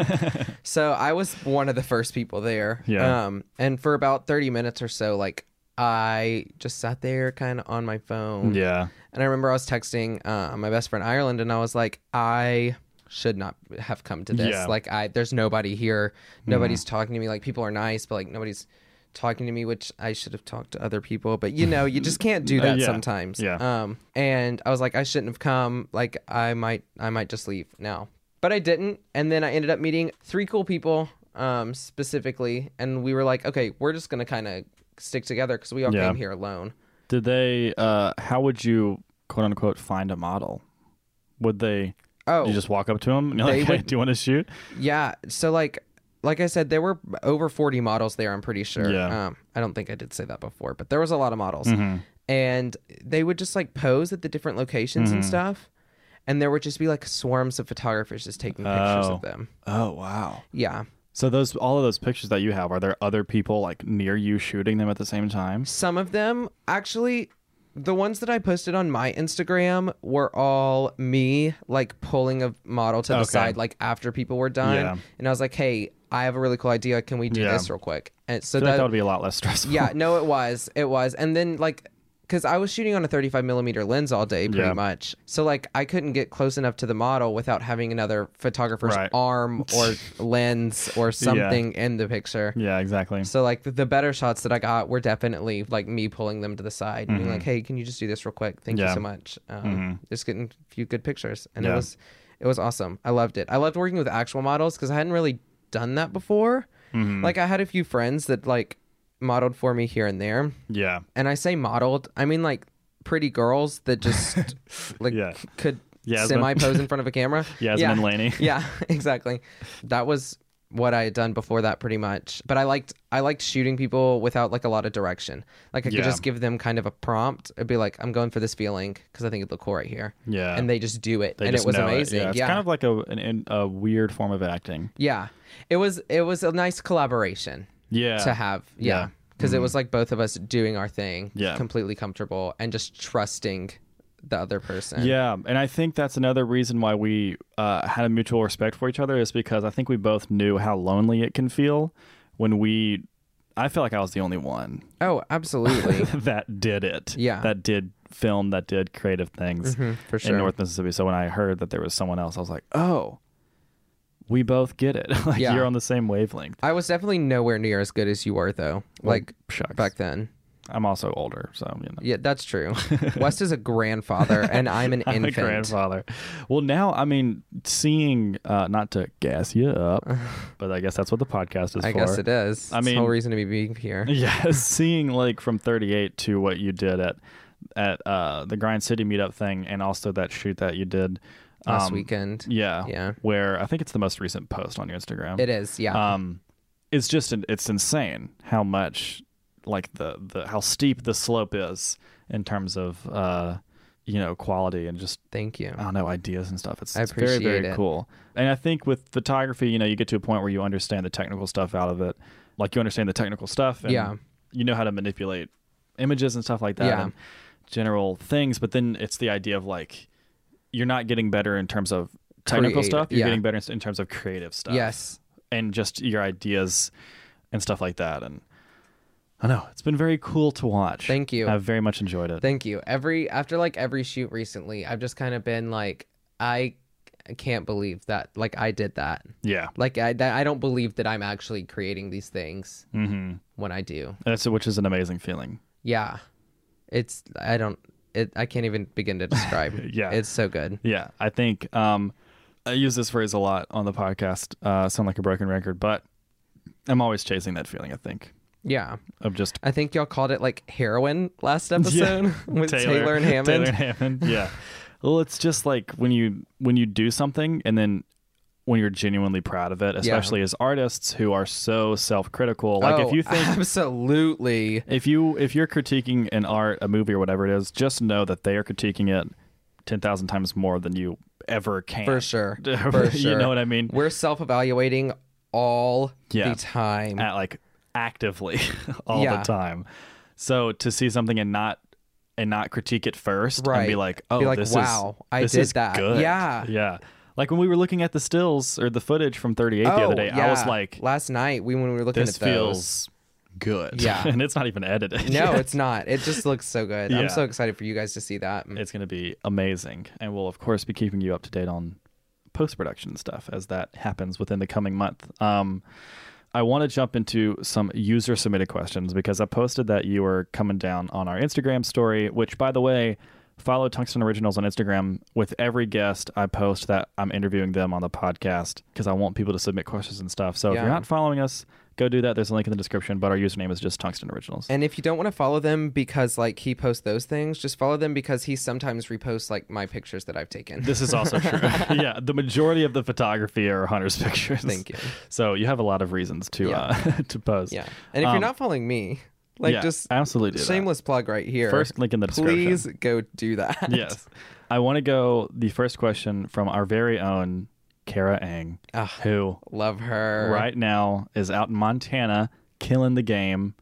so I was one of the first people there. Yeah. Um, and for about 30 minutes or so, like I just sat there kind of on my phone. Yeah. And I remember I was texting uh, my best friend Ireland, and I was like, I should not have come to this. Yeah. Mm-hmm. Like, I there's nobody here. Nobody's talking to me. Like, people are nice, but like nobody's talking to me, which I should have talked to other people. But you know, you just can't *laughs* do that Uh, yeah. sometimes. Yeah. Um. And I was like, I shouldn't have come. Like, I might, I might just leave now. But I didn't. And then I ended up meeting three cool people, um, specifically, and we were like, okay, we're just gonna kind of stick together because we all Yeah. came here alone. Did they? Uh, how would you quote unquote find a model? Would they? Oh, You just walk up to them and you're They like, "Hey, would- do you want to shoot?" Yeah. So like like I said, there were over forty models there, I'm pretty sure. Yeah. Mm-hmm. Um I don't think I did say that before, but there was a lot of models. And they would just like pose at the different locations Mm-hmm. and stuff. And there would just be like swarms of photographers just taking pictures Oh. of them. Oh wow. Yeah. So those all of those pictures that you have, are there other people like near you shooting them at the same time? Some of them actually the ones that I posted on my Instagram were all me like pulling a model to the Okay. side like after people were done. Yeah. And I was like, Hey, I have a really cool idea. Can we do Yeah. this real quick? And so I feel like that, that would be a lot less *laughs* stressful. yeah no it was it was and then like because i was shooting on a 35 millimeter lens all day pretty Yeah. much so like i couldn't get close enough to the model without having another photographer's Right. arm *laughs* or lens or something in the picture Yeah, exactly. so like the, the better shots that i got were definitely like me pulling them to the side and being like hey can you just do this real quick thank Mm-hmm. Yeah. Mm-hmm. you so much um, just getting a few good pictures and Yeah. it was it was awesome i loved it i loved working with actual models because i hadn't really done that before Mm-hmm. like i had a few friends that like modeled for me here and there *laughs* Yeah. and i say modeled i mean like pretty girls that *laughs* just like Yeah. could Yasmin. semi *laughs* pose in front of a camera Yasmin and Laney. *laughs* yeah, exactly. That was what I had done before that pretty much. But I liked I liked shooting people without like a lot of direction. Like I could Yeah. just give them kind of a prompt. It'd be like, I'm going for this feeling because I think it'd look cool right here. *laughs* Yeah. And they just do it. They and just it was know amazing. Yeah, Yeah. it's Yeah. kind of like a an, an- a weird form of acting. It was it was a nice collaboration Yeah. to have. Yeah. Mm-hmm. Yeah. Because it was like both of us doing our thing, Yeah. completely comfortable and just trusting the other person. Yeah, and I think that's another reason why we uh, had a mutual respect for each other is because I think we both knew how lonely it can feel when we. I feel like I was the only one *laughs* Oh, absolutely. that did it. Yeah. Mm-hmm, that did film, that did creative things for in sure. North Mississippi. So when I heard that there was someone else, I was like, oh, we both get it. *laughs* like Yeah. you're on the same wavelength. I was definitely nowhere near as good as you were though. Like Shucks. back then. I'm also older, so you know. Yeah, that's *laughs* true. West is a grandfather, and I'm an I'm a infant. grandfather. Well, now I mean, seeing uh, not to gas *laughs* you up, but I guess that's what the podcast is I for. guess *laughs* it is. I I mean, mean- the whole reason to be being *laughs* here. Yeah, seeing like from 38 to what you did at at uh, the Grind City meetup thing, and also that shoot that you did Last um, weekend. Yeah, Yeah. Where I think it's the most recent post on your Instagram. It is, yeah. Um, it's just an, it's insane how much like the the how steep the slope is in terms of uh you know quality and just Thank you. I don't know, ideas and stuff. It's, I it's very, very appreciate it. cool. And I think with photography, you know, you get to a point where you understand the technical stuff out of it. Like you understand the technical stuff and Yeah. you know how to manipulate images and stuff like that Yeah. and general things. But then it's the idea of like, you're not getting better in terms of technical Creative, stuff. You're yeah. getting better in terms of creative stuff. Yes. And just your ideas and stuff like that. And I know it's been very cool to watch. Thank you. I've very much enjoyed it. Thank you. Every after like every shoot recently, I've just kind of been like, I I can't believe that like I did that. Yeah. Like I that, I don't believe that I'm actually creating these things Mm-hmm. when I do. That's which is an amazing feeling. Yeah. It's I don't it I can't even begin to describe. *laughs* Yeah. It's so good. Yeah, I think um, I use this phrase a lot on the podcast. Uh, sound like a broken record, but I'm always chasing that feeling. I think Yeah. of just I think y'all called it like heroin *laughs* last episode *laughs* with Taylor, and Hammond. Taylor and Hammond. Yeah. well, it's just like when you when you do something and then when you're genuinely proud of it, especially as artists who are so self-critical. Like if Oh, you think *laughs* absolutely if you if you're critiquing an art, a movie or whatever it is, just know that they are critiquing it 10,000 times more than you ever can. for sure, for *laughs* you sure. know what I mean? We're self-evaluating all Yeah. the time. at like actively *laughs* all Yeah. the time. So to see something and not and not critique it first and be Right. like, oh, Be like, this wow, is, I this did is that. Good. Yeah. yeah. Like when we were looking at the stills or the footage from 38 the other day, I was Oh, yeah. like, last night we when we were looking this at those. feels good. Yeah. *laughs* and it's not even edited. *laughs* No, yet. it's not. It just looks so good. Yeah. I'm so excited for you guys to see that. it's going to be amazing, and we'll of course be keeping you up to date on post production stuff as that happens within the coming month. Um, I want to jump into some user submitted questions because I posted that you were coming down on our Instagram story, which by the way, follow Tungsten Originals on Instagram. With every guest, I post that I'm interviewing them on the podcast because I want people to submit questions and stuff. So if you're Yeah. not following us, go do that. There's a link in the description, but our username is just Tungsten Originals. And if you don't want to follow them because like he posts those things, just follow them because he sometimes reposts like my pictures that I've taken. This is also true. *laughs* yeah, the majority of the photography are Hunter's *laughs* pictures. Thank you. So you have a lot of reasons to Yeah. uh, *laughs* to post. yeah. And if you're Um, not following me, like yeah, just absolutely do that. shameless plug right here. First link in the description. Please go do that. *laughs* Yes, I want to go the first question from our very own Kara Ang, Ugh. who *laughs* Love her. right now is out in Montana killing the game,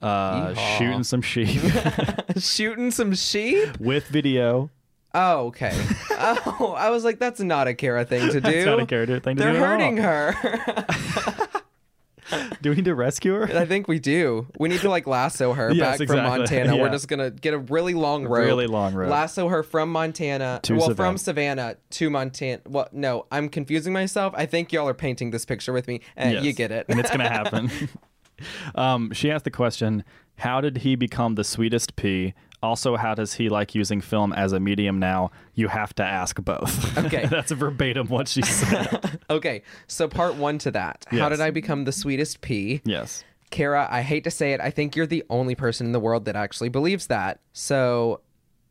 uh, Yeehaw. shooting *laughs* some sheep *laughs* Shooting some sheep? with video. Oh, *laughs* okay. oh, I was like, that's not a Kara thing to do. That's not a character thing to They're do. at all. hurting *laughs* her. Do we need to *laughs* rescue her? I think we do. We need to like lasso her Yes, back exactly. from Montana. Yeah. We're just gonna get a really long rope. Really long rope. Lasso her from Montana. To well, Savannah. from Savannah to Montana. Well, no, I'm confusing myself. I think y'all are painting this picture with me. Eh, *laughs* Yes. You get it. and it's going to happen. *laughs* um, she asked the question How did he become the sweetest pea? Also, how does he like using film as a medium now? You have to ask both. *laughs* Okay. That's verbatim what *laughs* she said. okay, so part one to that. Yes. How did I become the sweetest pea? yes. Kara, I hate to say it, I think you're the only person in the world that actually believes that. So,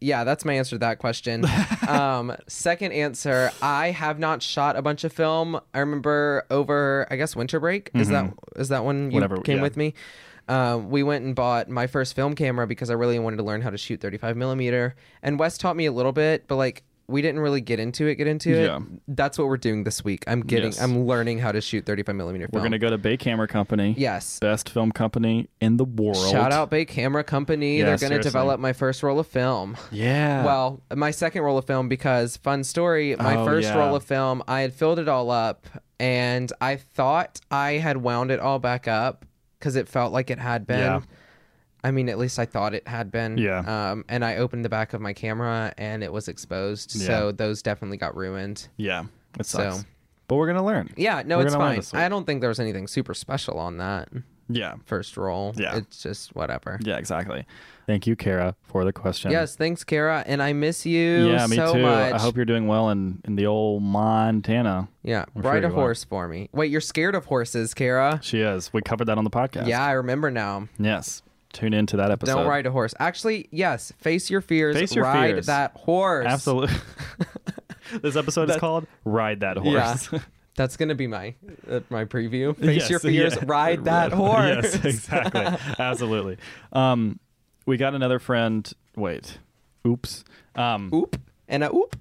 yeah, that's my answer to that question. *laughs* um, second answer, I have not shot a bunch of film. I remember over, I guess, winter break. Is that is that when you Mm-hmm. Whenever- came yeah. with me? Um, we went and bought my first film camera because I really wanted to learn how to shoot 35 millimeter. And Wes taught me a little bit, but like we didn't really get into it. Get into it. Yeah. That's what we're doing this week. I'm getting. Yes. I'm learning how to shoot 35 millimeter film. We're going to go to Bay Camera Company. yes. Best film company in the world. Shout out Bay Camera Company. Yeah, They're going to seriously. develop my first roll of film. Yeah. Well, my second roll of film because fun story, my Oh, first yeah. roll of film, I had filled it all up and I thought I had wound it all back up cuz it felt like it had been. Yeah. I mean, at least I thought it had been. Yeah. Um, and I opened the back of my camera and it was exposed. So those definitely got ruined. yeah. It So- sucks. But we're going to learn. Yeah, no, We're it's gonna learn fine. this week. I don't think there was anything super special on that Yeah. first roll. Yeah. It's just whatever. Yeah, exactly. Thank you, Kara, for the question. Yes, thanks, Kara, and I miss you Yeah, me so too. much. I hope you're doing well in, in the old Montana. yeah, sure ride you a will. horse for me. Wait, you're scared of horses, Kara? She is. We covered that on the podcast. Yeah, I remember now. Yes. Tune into that episode. Don't ride a horse. Actually, yes, face your fears. Face your ride fears. that horse. Absolutely. *laughs* this episode is called "Ride That Horse." *laughs* Yeah. That's gonna be my uh, my preview. Face Yes, your fears. yeah. *laughs* Ride that horse. yes, exactly. Absolutely. Um, we got another friend. Wait. Oops. Um, Oop and a oop.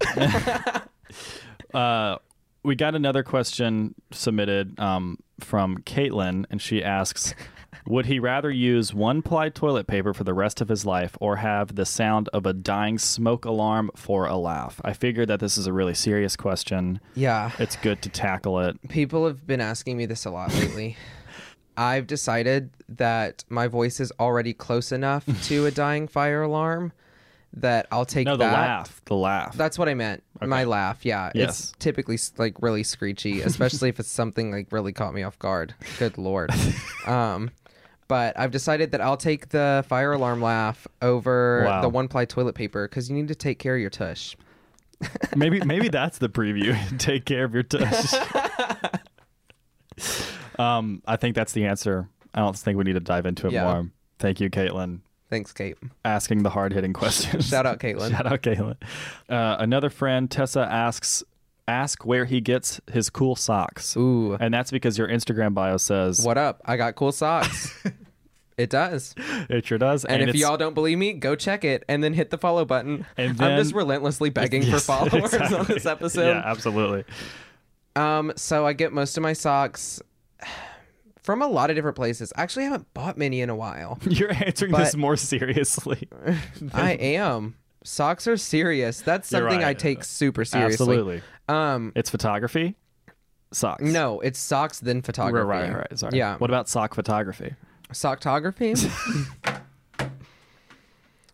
*laughs* uh, we got another question submitted um, from Caitlin, and she *laughs* asks Would he rather use one ply toilet paper for the rest of his life or have the sound of a dying smoke alarm for a laugh? I figured that this is a really serious question. yeah. It's good to tackle it. People have been asking me this a lot lately. I've *laughs* decided that my voice is already close enough to a dying fire alarm that I'll take No, the that. laugh. The laugh. That's what I meant. My laugh, yeah. Yes. It's typically s- like really screechy, especially if it's something like really caught me off guard. Good *laughs* lord. um, but I've decided that I'll take the fire alarm laugh over Wow. the one ply toilet paper because you need to take care of your tush. *laughs* maybe maybe that's the preview. *laughs* Take care of *laughs* your tush. um, I think that's the answer. I don't think we need to dive into it Yeah. more. Thank you, Caitlin, Thanks, Kate. asking the hard hitting questions. Shout *laughs* out, Caitlin. Shout out, Caitlin. Uh, another friend, Tessa, asks ask where he gets his cool socks. Ooh, And that's because your Instagram bio says what up? I got cool socks. it *laughs* does. it sure does. And, if it's- y'all don't believe me, go check it and then hit the follow button. And I'm just then- relentlessly begging for *laughs* Yes, followers on exactly. this episode. Yeah, absolutely. *laughs* Um, so I get most of my socks *sighs* from a lot of different places. Actually, I haven't bought many in a *laughs* while. You're answering this But- more seriously. I am. Socks are serious. That's You're something I right. take super seriously. Absolutely. Um, It's photography, socks. no, it's socks then Right, photography. right, right. Sorry. Yeah. What about sock photography? *laughs* Socktography.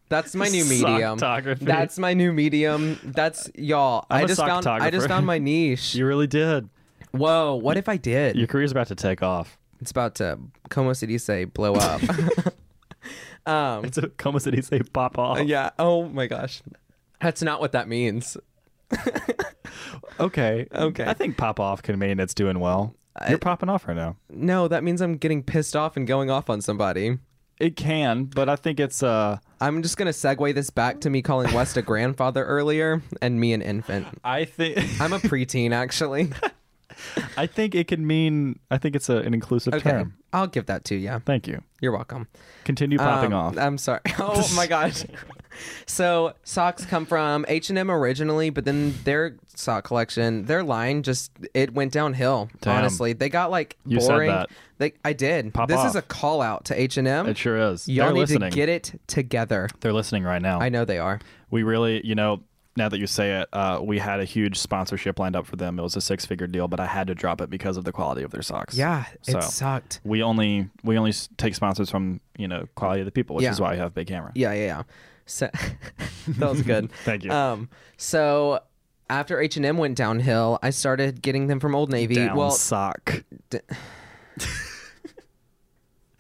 That's my *laughs* new medium. Socktography. That's my new medium. That's y'all. I I'm a just found I just socktographer. *laughs* found my niche. You really did. Whoa, what if I did? Your career's about to take off. *laughs* It's about to como se dice blow up. *laughs* um It's a Como City say pop off. Yeah. Oh my gosh. That's not what that means. Okay. Okay. I think pop off can mean it's doing well. You're popping off right now. No, that means I'm getting pissed off and going off on somebody. It can, but I think *laughs* it's uh I'm just going to segue this back to me calling West a grandfather earlier and me an infant. I think I'm a preteen, actually. *laughs* I think it can mean I think it's a, an inclusive Okay. term. I'll give that to you. Thank you. You're welcome. Continue popping Um, off. I'm sorry. *laughs* Oh my gosh. So socks come from H and M originally, but then their sock collection, their line just it went downhill. Damn. Honestly, they got like You said boring. that. They, I did. Pop this off. is a call out to H and M. it sure is. Y'all They're need to listening. get it together. They're listening right now. I know they are. we really, you know, now that you say it, uh, we had a huge sponsorship lined up for them. It was a six figure deal, but I had to drop it because of the quality of their socks. Yeah, it So- sucked. We only we only s- take sponsors from you know quality of the people, which Yeah. is why I have big camera. Yeah, yeah, yeah. So *laughs* that was *laughs* good. Thank you. Um, so after H and M went downhill, I started getting them from Old Navy. Down Well, sock.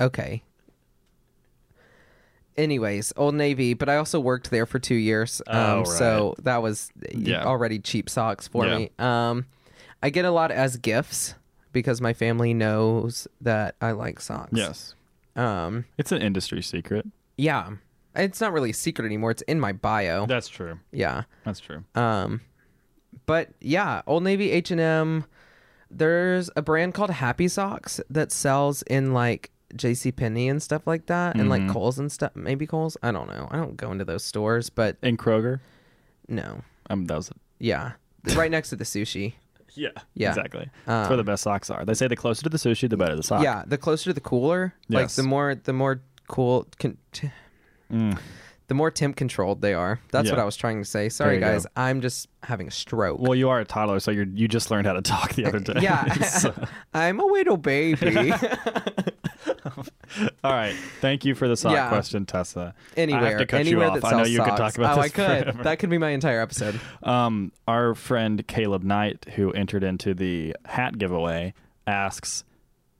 Okay. Anyways, Old Navy, but I also worked there for two years. Um, Oh, So that was Yeah. already cheap socks for Yeah. me. Um, I get a lot as gifts because my family knows that I like socks. Yes, Um, it's an industry secret. yeah. It's not really a secret anymore. It's in my bio. That's true. Yeah. That's true. Um, but yeah, Old Navy, H and M. There's a brand called Happy Socks that sells in like J.C. Penney and stuff like that, and Mm-hmm. like Kohl's and stuff. Maybe Kohl's. I don't know. I don't go into those stores, but And Kroger. no. Um, that was *laughs* Yeah, right next to the sushi. yeah, Yeah. Uh, exactly. That's where the best socks are. They say the closer to the sushi, the better the sock. Yeah, the closer to the cooler, like Yes. Mm. the more the more cool. Con- t- The more temp controlled they are. That's Yeah. what I was trying to say. Sorry, you go. guys. I'm just having a stroke. Well, you are a toddler, so you are you just learned how to talk *laughs* the other *laughs* day. yeah. So- I'm a little *laughs* baby. all right. Thank you for the sock Yeah. question, Tessa. anywhere, I have to cut anywhere you off. that I know sells you socks. could talk about oh, this I could. forever. That could be my entire episode. *laughs* Um, our friend Caleb Knight, who entered into the hat giveaway, asks,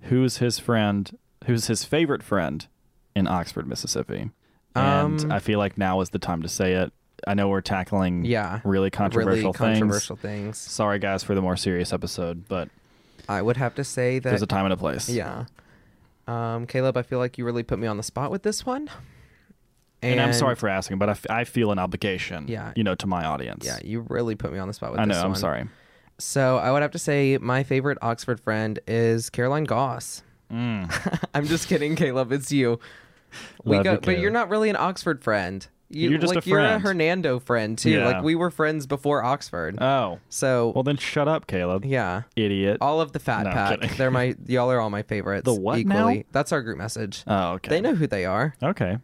"Who's his friend? Who's his favorite friend in Oxford, Mississippi?" And Um, I feel like now is the time to say it. I know we're tackling Yeah, really really controversial things. controversial things. Sorry guys for the more serious episode, but I would have to say there's that. a time and a place. yeah, um, Caleb, I feel like you really put me on the spot with this one. And, I'm sorry for asking, but I, f- I feel an obligation, Yeah. you know, to my audience. Yeah, you really put me on the spot with I know. this one. I'm sorry. So I would have to say my favorite Oxford friend is Caroline Goss. *laughs* I'm just kidding, Caleb. It's you. We Mm. Love go, you, but you're Caleb. not really an Oxford friend. You, You're just like, a You're a friend. Hernando friend too. Yeah. Like we were friends before Oxford. Oh, so well then shut up, Caleb. yeah, Idiot. All of the fat No, I'm pack. kidding. They're *laughs* my y'all are all my favorites. The what equally. now? That's our group message. oh, okay. They know who they are. Okay.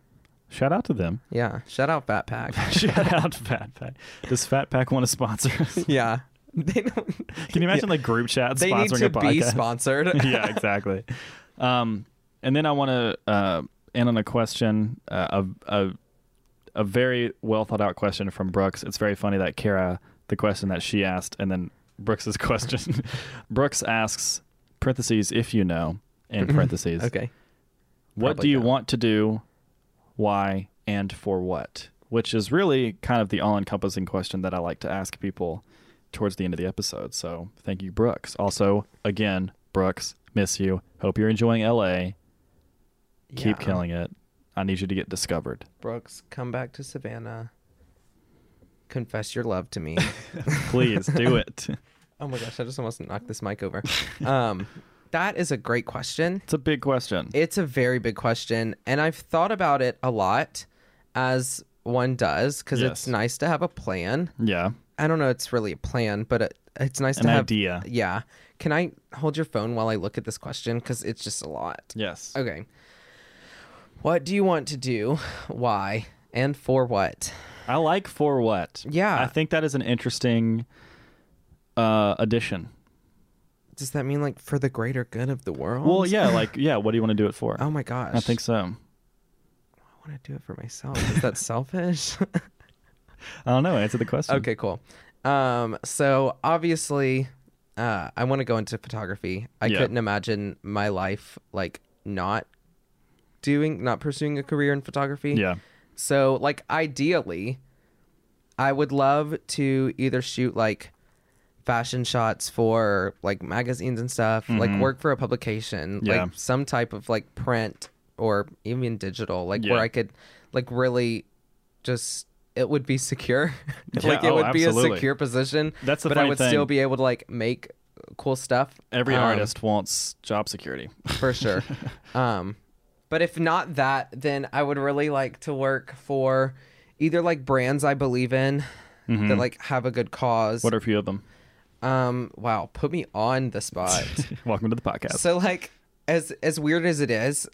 Shout out *laughs* to them. *laughs* Yeah. Shout out Fat Pack. Shout out to Fat Pack. Does Fat Pack want to sponsor *laughs* us? yeah. They don't, Can you imagine like group chat they need sponsoring to a podcast? be sponsored. *laughs* yeah, exactly. Um, and then I want to uh, end on a question uh, of, of a very well thought out question from Brooks. It's very funny that Kara, the question that she asked, and then Brooks's *laughs* question. Brooks asks, parentheses, if you know, in *laughs* parentheses, Okay. what do probably you don't. want to do, why, and for what? Which is really kind of the all encompassing question that I like to ask people towards the end of the episode. So thank you, Brooks. Also, again, Brooks, miss you. Hope you're enjoying LA. Keep Yeah. killing it. I need you to get discovered. Brooks, come back to Savannah. Confess your love to *laughs* me. *laughs* Please do it. oh my gosh, I just almost knocked this mic over. Um, that is a great question. It's a big question. It's a very big question, and I've thought about it a lot, as one does, because Yes. it's nice to have a plan. yeah. I don't know, it's really a plan, but it, it's nice An to have idea. Yeah. Can I hold your phone while I look at this question? Because it's just a lot. Yes. Okay. What do you want to do? Why? And for what? I like for what. Yeah. I think that is an interesting uh addition. Does that mean like for the greater good of the world? *laughs* Well, yeah, like yeah, what do you want to do it for? Oh my gosh. I think so. I want to do it for myself. Is that *laughs* selfish? I don't know. Answer the question. okay, cool. Um, so obviously, uh, I want to go into photography. I Yeah. couldn't imagine my life like not doing, not pursuing a career in photography. Yeah. So, like, ideally, I would love to either shoot like fashion shots for like magazines and stuff, like work for a publication, Mm-hmm. Yeah. like some type of like print or even digital, like Yeah. where I could like really just it would be secure. *laughs* Yeah, like it oh, would be absolutely. a secure position. That's the but I funny would thing. still be able to like make cool stuff. Every Um, artist wants *laughs* job security. for sure. um, but if not that, then I would really like to work for either like brands I believe in that like have a good cause. What are a few of them? *laughs* um, wow, put me on the spot. Welcome to the podcast. so like, as as weird as it is,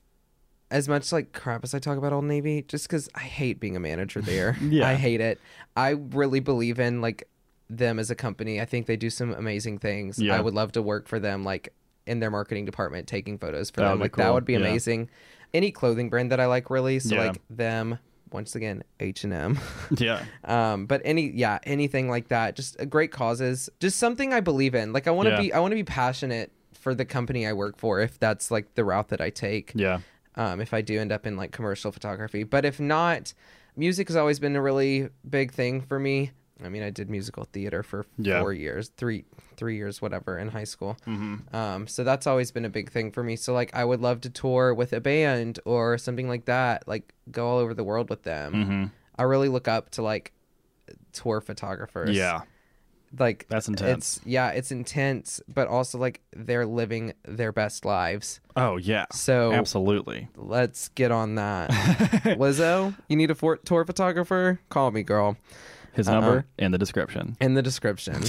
as much like crap as I talk about Old Navy, just because I hate being a manager there. *laughs* Yeah. I hate it. I really believe in like them as a company. I think they do some amazing things. Yeah. I would love to work for them, like in their marketing department, taking photos for That them. would be Like cool. that would be Yeah. amazing. Any clothing brand that I like really, so Yeah. like them. Once again, H and M. *laughs* yeah. Um, but any yeah, anything like that, just uh, great causes, just something I believe in. Like I want to Yeah. be, I want to be passionate for the company I work for. If that's like the route that I take, Yeah. um, if I do end up in like commercial photography. But if not, music has always been a really big thing for me. I mean, I did musical theater for Yeah. four years, three three years, whatever, in high school. Mm-hmm. Um, so that's always been a big thing for me. So like, I would love to tour with a band or something like that. Like, go all over the world with them. Mm-hmm. I really look up to like tour photographers. Yeah. like That's intense. It's, yeah, it's intense, but also like they're living their best lives. Oh yeah. So Absolutely. Let's get on *laughs* that. Lizzo, you need a for- tour photographer? Call me, girl. His uh-huh. number in *laughs* the description. In the *laughs* description.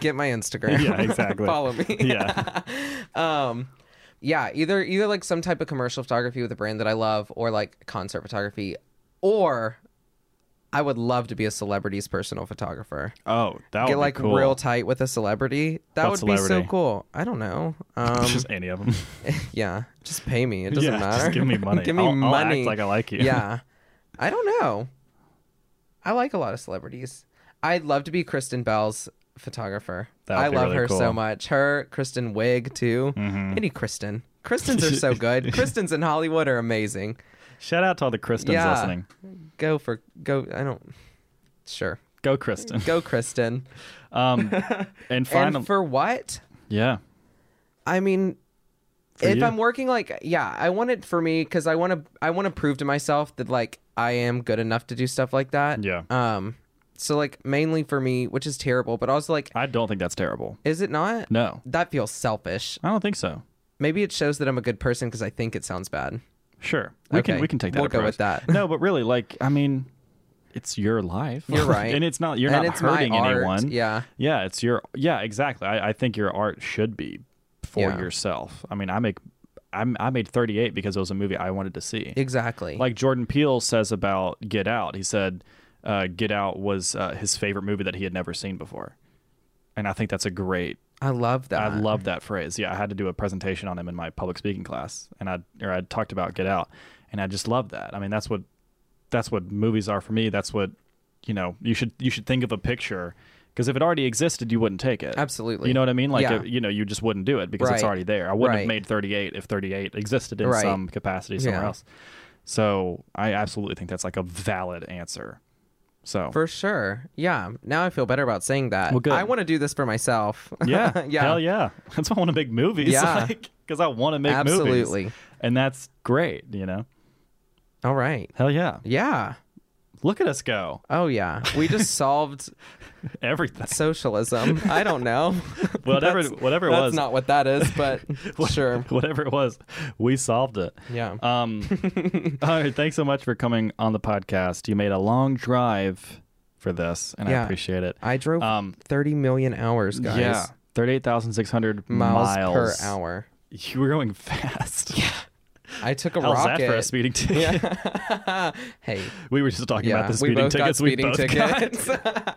get my Instagram. Yeah, exactly. Follow me. *laughs* Yeah. Um yeah, either either like some type of commercial photography with a brand that I love or like concert photography or I would love to be a celebrity's personal photographer. Oh, that would Get like be cool. real tight with a celebrity. That What would be celebrity? so cool. I don't know. Um *laughs* *laughs* Just any of them. *laughs* yeah, just pay me. It doesn't *laughs* yeah, matter. Just give me money. *laughs* give me I'll, I'll money. act like I like you. Yeah. I don't know. I like a lot of celebrities. I'd love to be Kristen Bell's photographer. That would I be love really her cool. Mm-hmm. so much. Her, Kristen Wiig too. Any Kristen. Kristens are *laughs* so good. Kristens in Hollywood are amazing. *laughs* Shout out to all the Kristens Yeah. listening. Go for go I don't sure. Go Kristen. Go Kristen. *laughs* Um, and finally, And for what? yeah, I mean, if you. I'm working like yeah, I want it for me because I want to I want to prove to myself that like I am good enough to do stuff like that. Yeah. Um. So like mainly for me, which is terrible, but also like, I don't think that's terrible. is it not? No, That feels selfish. I don't think so. Maybe it shows that I'm a good person because I think it sounds bad. Sure, we can Okay, we can take that. we'll go approach. with that. No, but really, like, I mean, it's your life. *laughs* You're right. and it's not you're and not it's hurting my art. anyone. Yeah. yeah, it's your yeah exactly. I, I think your art should be for Yeah. yourself. I mean, I make I'm, I made 38 because it was a movie I wanted to see. Exactly. like Jordan Peele says about Get Out. He said uh, Get Out was uh, his favorite movie that he had never seen before, and I think that's a great I love that. I love that phrase. Yeah, I had to do a presentation on him in my public speaking class, and I or I talked about Get Out, and I just love that. I mean, that's what that's what movies are for me. That's what you know. You should you should think of a picture because if it already existed, you wouldn't take it. Absolutely. You know what I mean? Like Yeah. uh, you know, you just wouldn't do it because it's Right. already there. I wouldn't Right. have made 38 if 38 existed in Right. some capacity somewhere Yeah. else. So I absolutely think that's like a valid answer. So For sure. Yeah. Now I feel better about saying that. Well, good. I want to do this for myself. *laughs* yeah, *laughs* yeah. hell yeah. That's why I want to make movies. *laughs* Yeah. because I want to make movies. Absolutely. and that's great. You know, All right. hell yeah. Yeah. Look at us go. *laughs* Oh yeah. We just solved *laughs* Everything. socialism. I don't *laughs* know. Whatever- That's- whatever it that's was. not what that is, but sure. *laughs* Whatever it was, we solved it. Yeah. *laughs* Um, all right. Thanks so much for coming on the podcast. You made a long drive for this, and I Yeah. appreciate it. I drove Um, 30 million hours, guys. Yeah. 38,600 Miles, miles, per hour. *laughs* You were *laughs* going fast. Yeah. I took a How's rocket. that for a speeding ticket? *laughs* yeah. hey. *laughs* We were just talking Yeah. about the we speeding both got tickets. speeding we both got.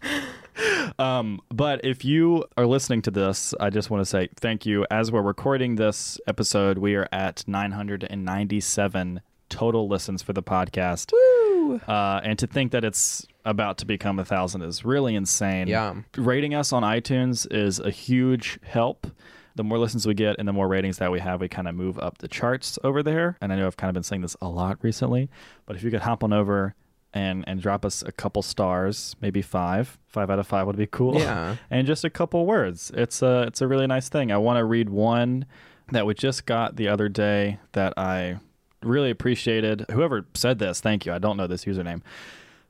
tickets. Um, but if you are listening to this, I just want to say thank you. As we're recording this episode, we are at 997 total listens for the podcast. Woo. Uh, and to think that it's about to become a thousand is really insane. Yeah. Rating us on iTunes is a huge help. The more listens we get and the more ratings that we have, we kind of move up the charts over there. And I know I've kind of been saying this a lot recently, but if you could hop on over and and drop us a couple stars, maybe five, five out of five would be cool. Yeah. *laughs* and just a couple words. It's a it's a really nice thing. I want to read one that we just got the other day that I really appreciated. Whoever said this, thank you. I don't know this username.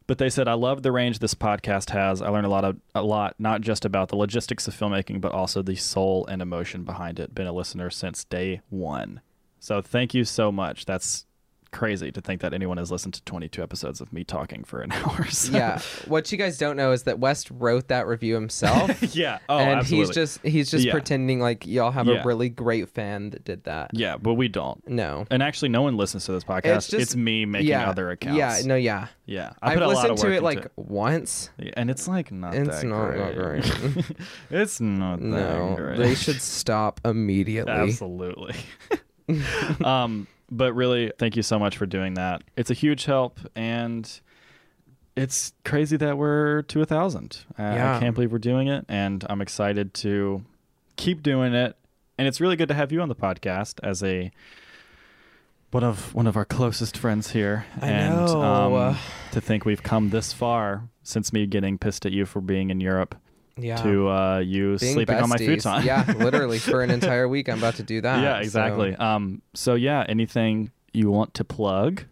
But they said, "I love the range this podcast has. I learned a lot of a lot, not just about the logistics of filmmaking, but also the soul and emotion behind it. Been a listener since day one, so thank you so much. That's crazy to think that anyone has listened to 22 episodes of me talking for an *laughs* hour. So. *laughs* yeah. What you guys don't know is that West wrote that review himself. yeah. *laughs* Oh, and absolutely. he's just he's just Yeah. pretending like y'all have Yeah. a really great fan that did that. yeah, but we don't. No. And actually, no one listens to this podcast. It's, It's just me making yeah. other accounts. Yeah, no, yeah. yeah. I I've put a lot listened of to work it into like once. Yeah, and it's like not. It's that not that great. *laughs* it's not No. that great. They should stop immediately. Absolutely. *laughs* um, but really, thank you so much for doing that. It's a huge help, and it's crazy that we're to a thousand. I, I Yeah. can't believe we're doing it, and I'm excited to keep doing it. And it's really good to have you on the podcast as a one of one of our closest friends here, I and know. Um, to think we've come this far since me getting pissed at you for being in Europe Yeah. to uh, you Being sleeping on my besties. futon. yeah, literally for *laughs* an entire week I'm about to do that. yeah so- exactly um so yeah anything you want to plug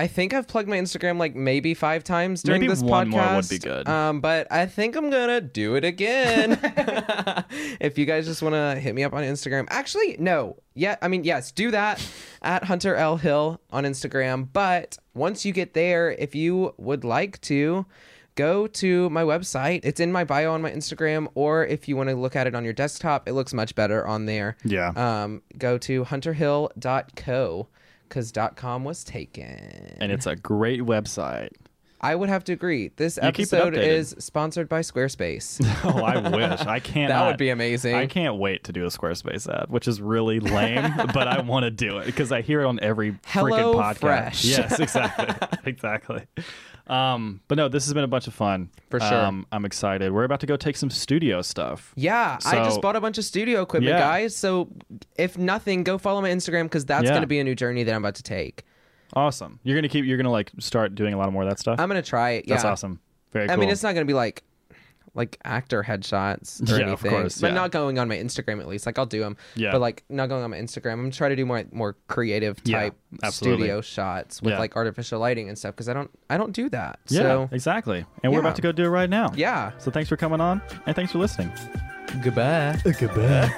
I think I've plugged my Instagram like maybe five times during Maybe this one podcast. more would be good. Um, but I think I'm gonna do it *laughs* again. *laughs* if you guys just wanna hit me up on Instagram, actually, no, yeah, I mean, yes, do *laughs* that at Hunter L Hill on Instagram. But once you get there, if you would like to. Go to my website. It's in my bio on my Instagram, or if you want to look at it on your desktop, it looks much better on there. Yeah. Um, go to hunterhill.co because .com was taken. and it's a great website I would have to agree. This keep it episode updated. is sponsored by *laughs* Squarespace. *laughs* oh i wish i *laughs* can't that would be amazing. i can't wait to do a squarespace ad which is really *laughs* lame but i want to do it because i hear it on every freaking Hello podcast Fresh. *laughs* yes exactly *laughs* exactly um but no this has been a bunch of fun For sure. um, i'm excited we're about to go take some studio stuff yeah, I So- just bought a bunch of studio equipment, Yeah. guys. So if nothing, go follow my Instagram because that's Yeah. going to be a new journey that I'm about to take. awesome you're gonna keep you're gonna like start doing a lot more of that stuff I'm going to try it. Um, Yeah. that's awesome very I cool mean, it's not going to be like like actor headshots or Yeah, of anything, course, but yeah. not going on my Instagram at least. Like I'll do them, Yeah. but like not going on my Instagram. I'm trying to do more more creative Yeah, type absolutely. studio shots with Yeah. like artificial lighting and stuff because I don't I don't do that. yeah So exactly and we're Yeah. about to go do it right now yeah, So thanks for coming on and thanks for listening. goodbye. Goodbye.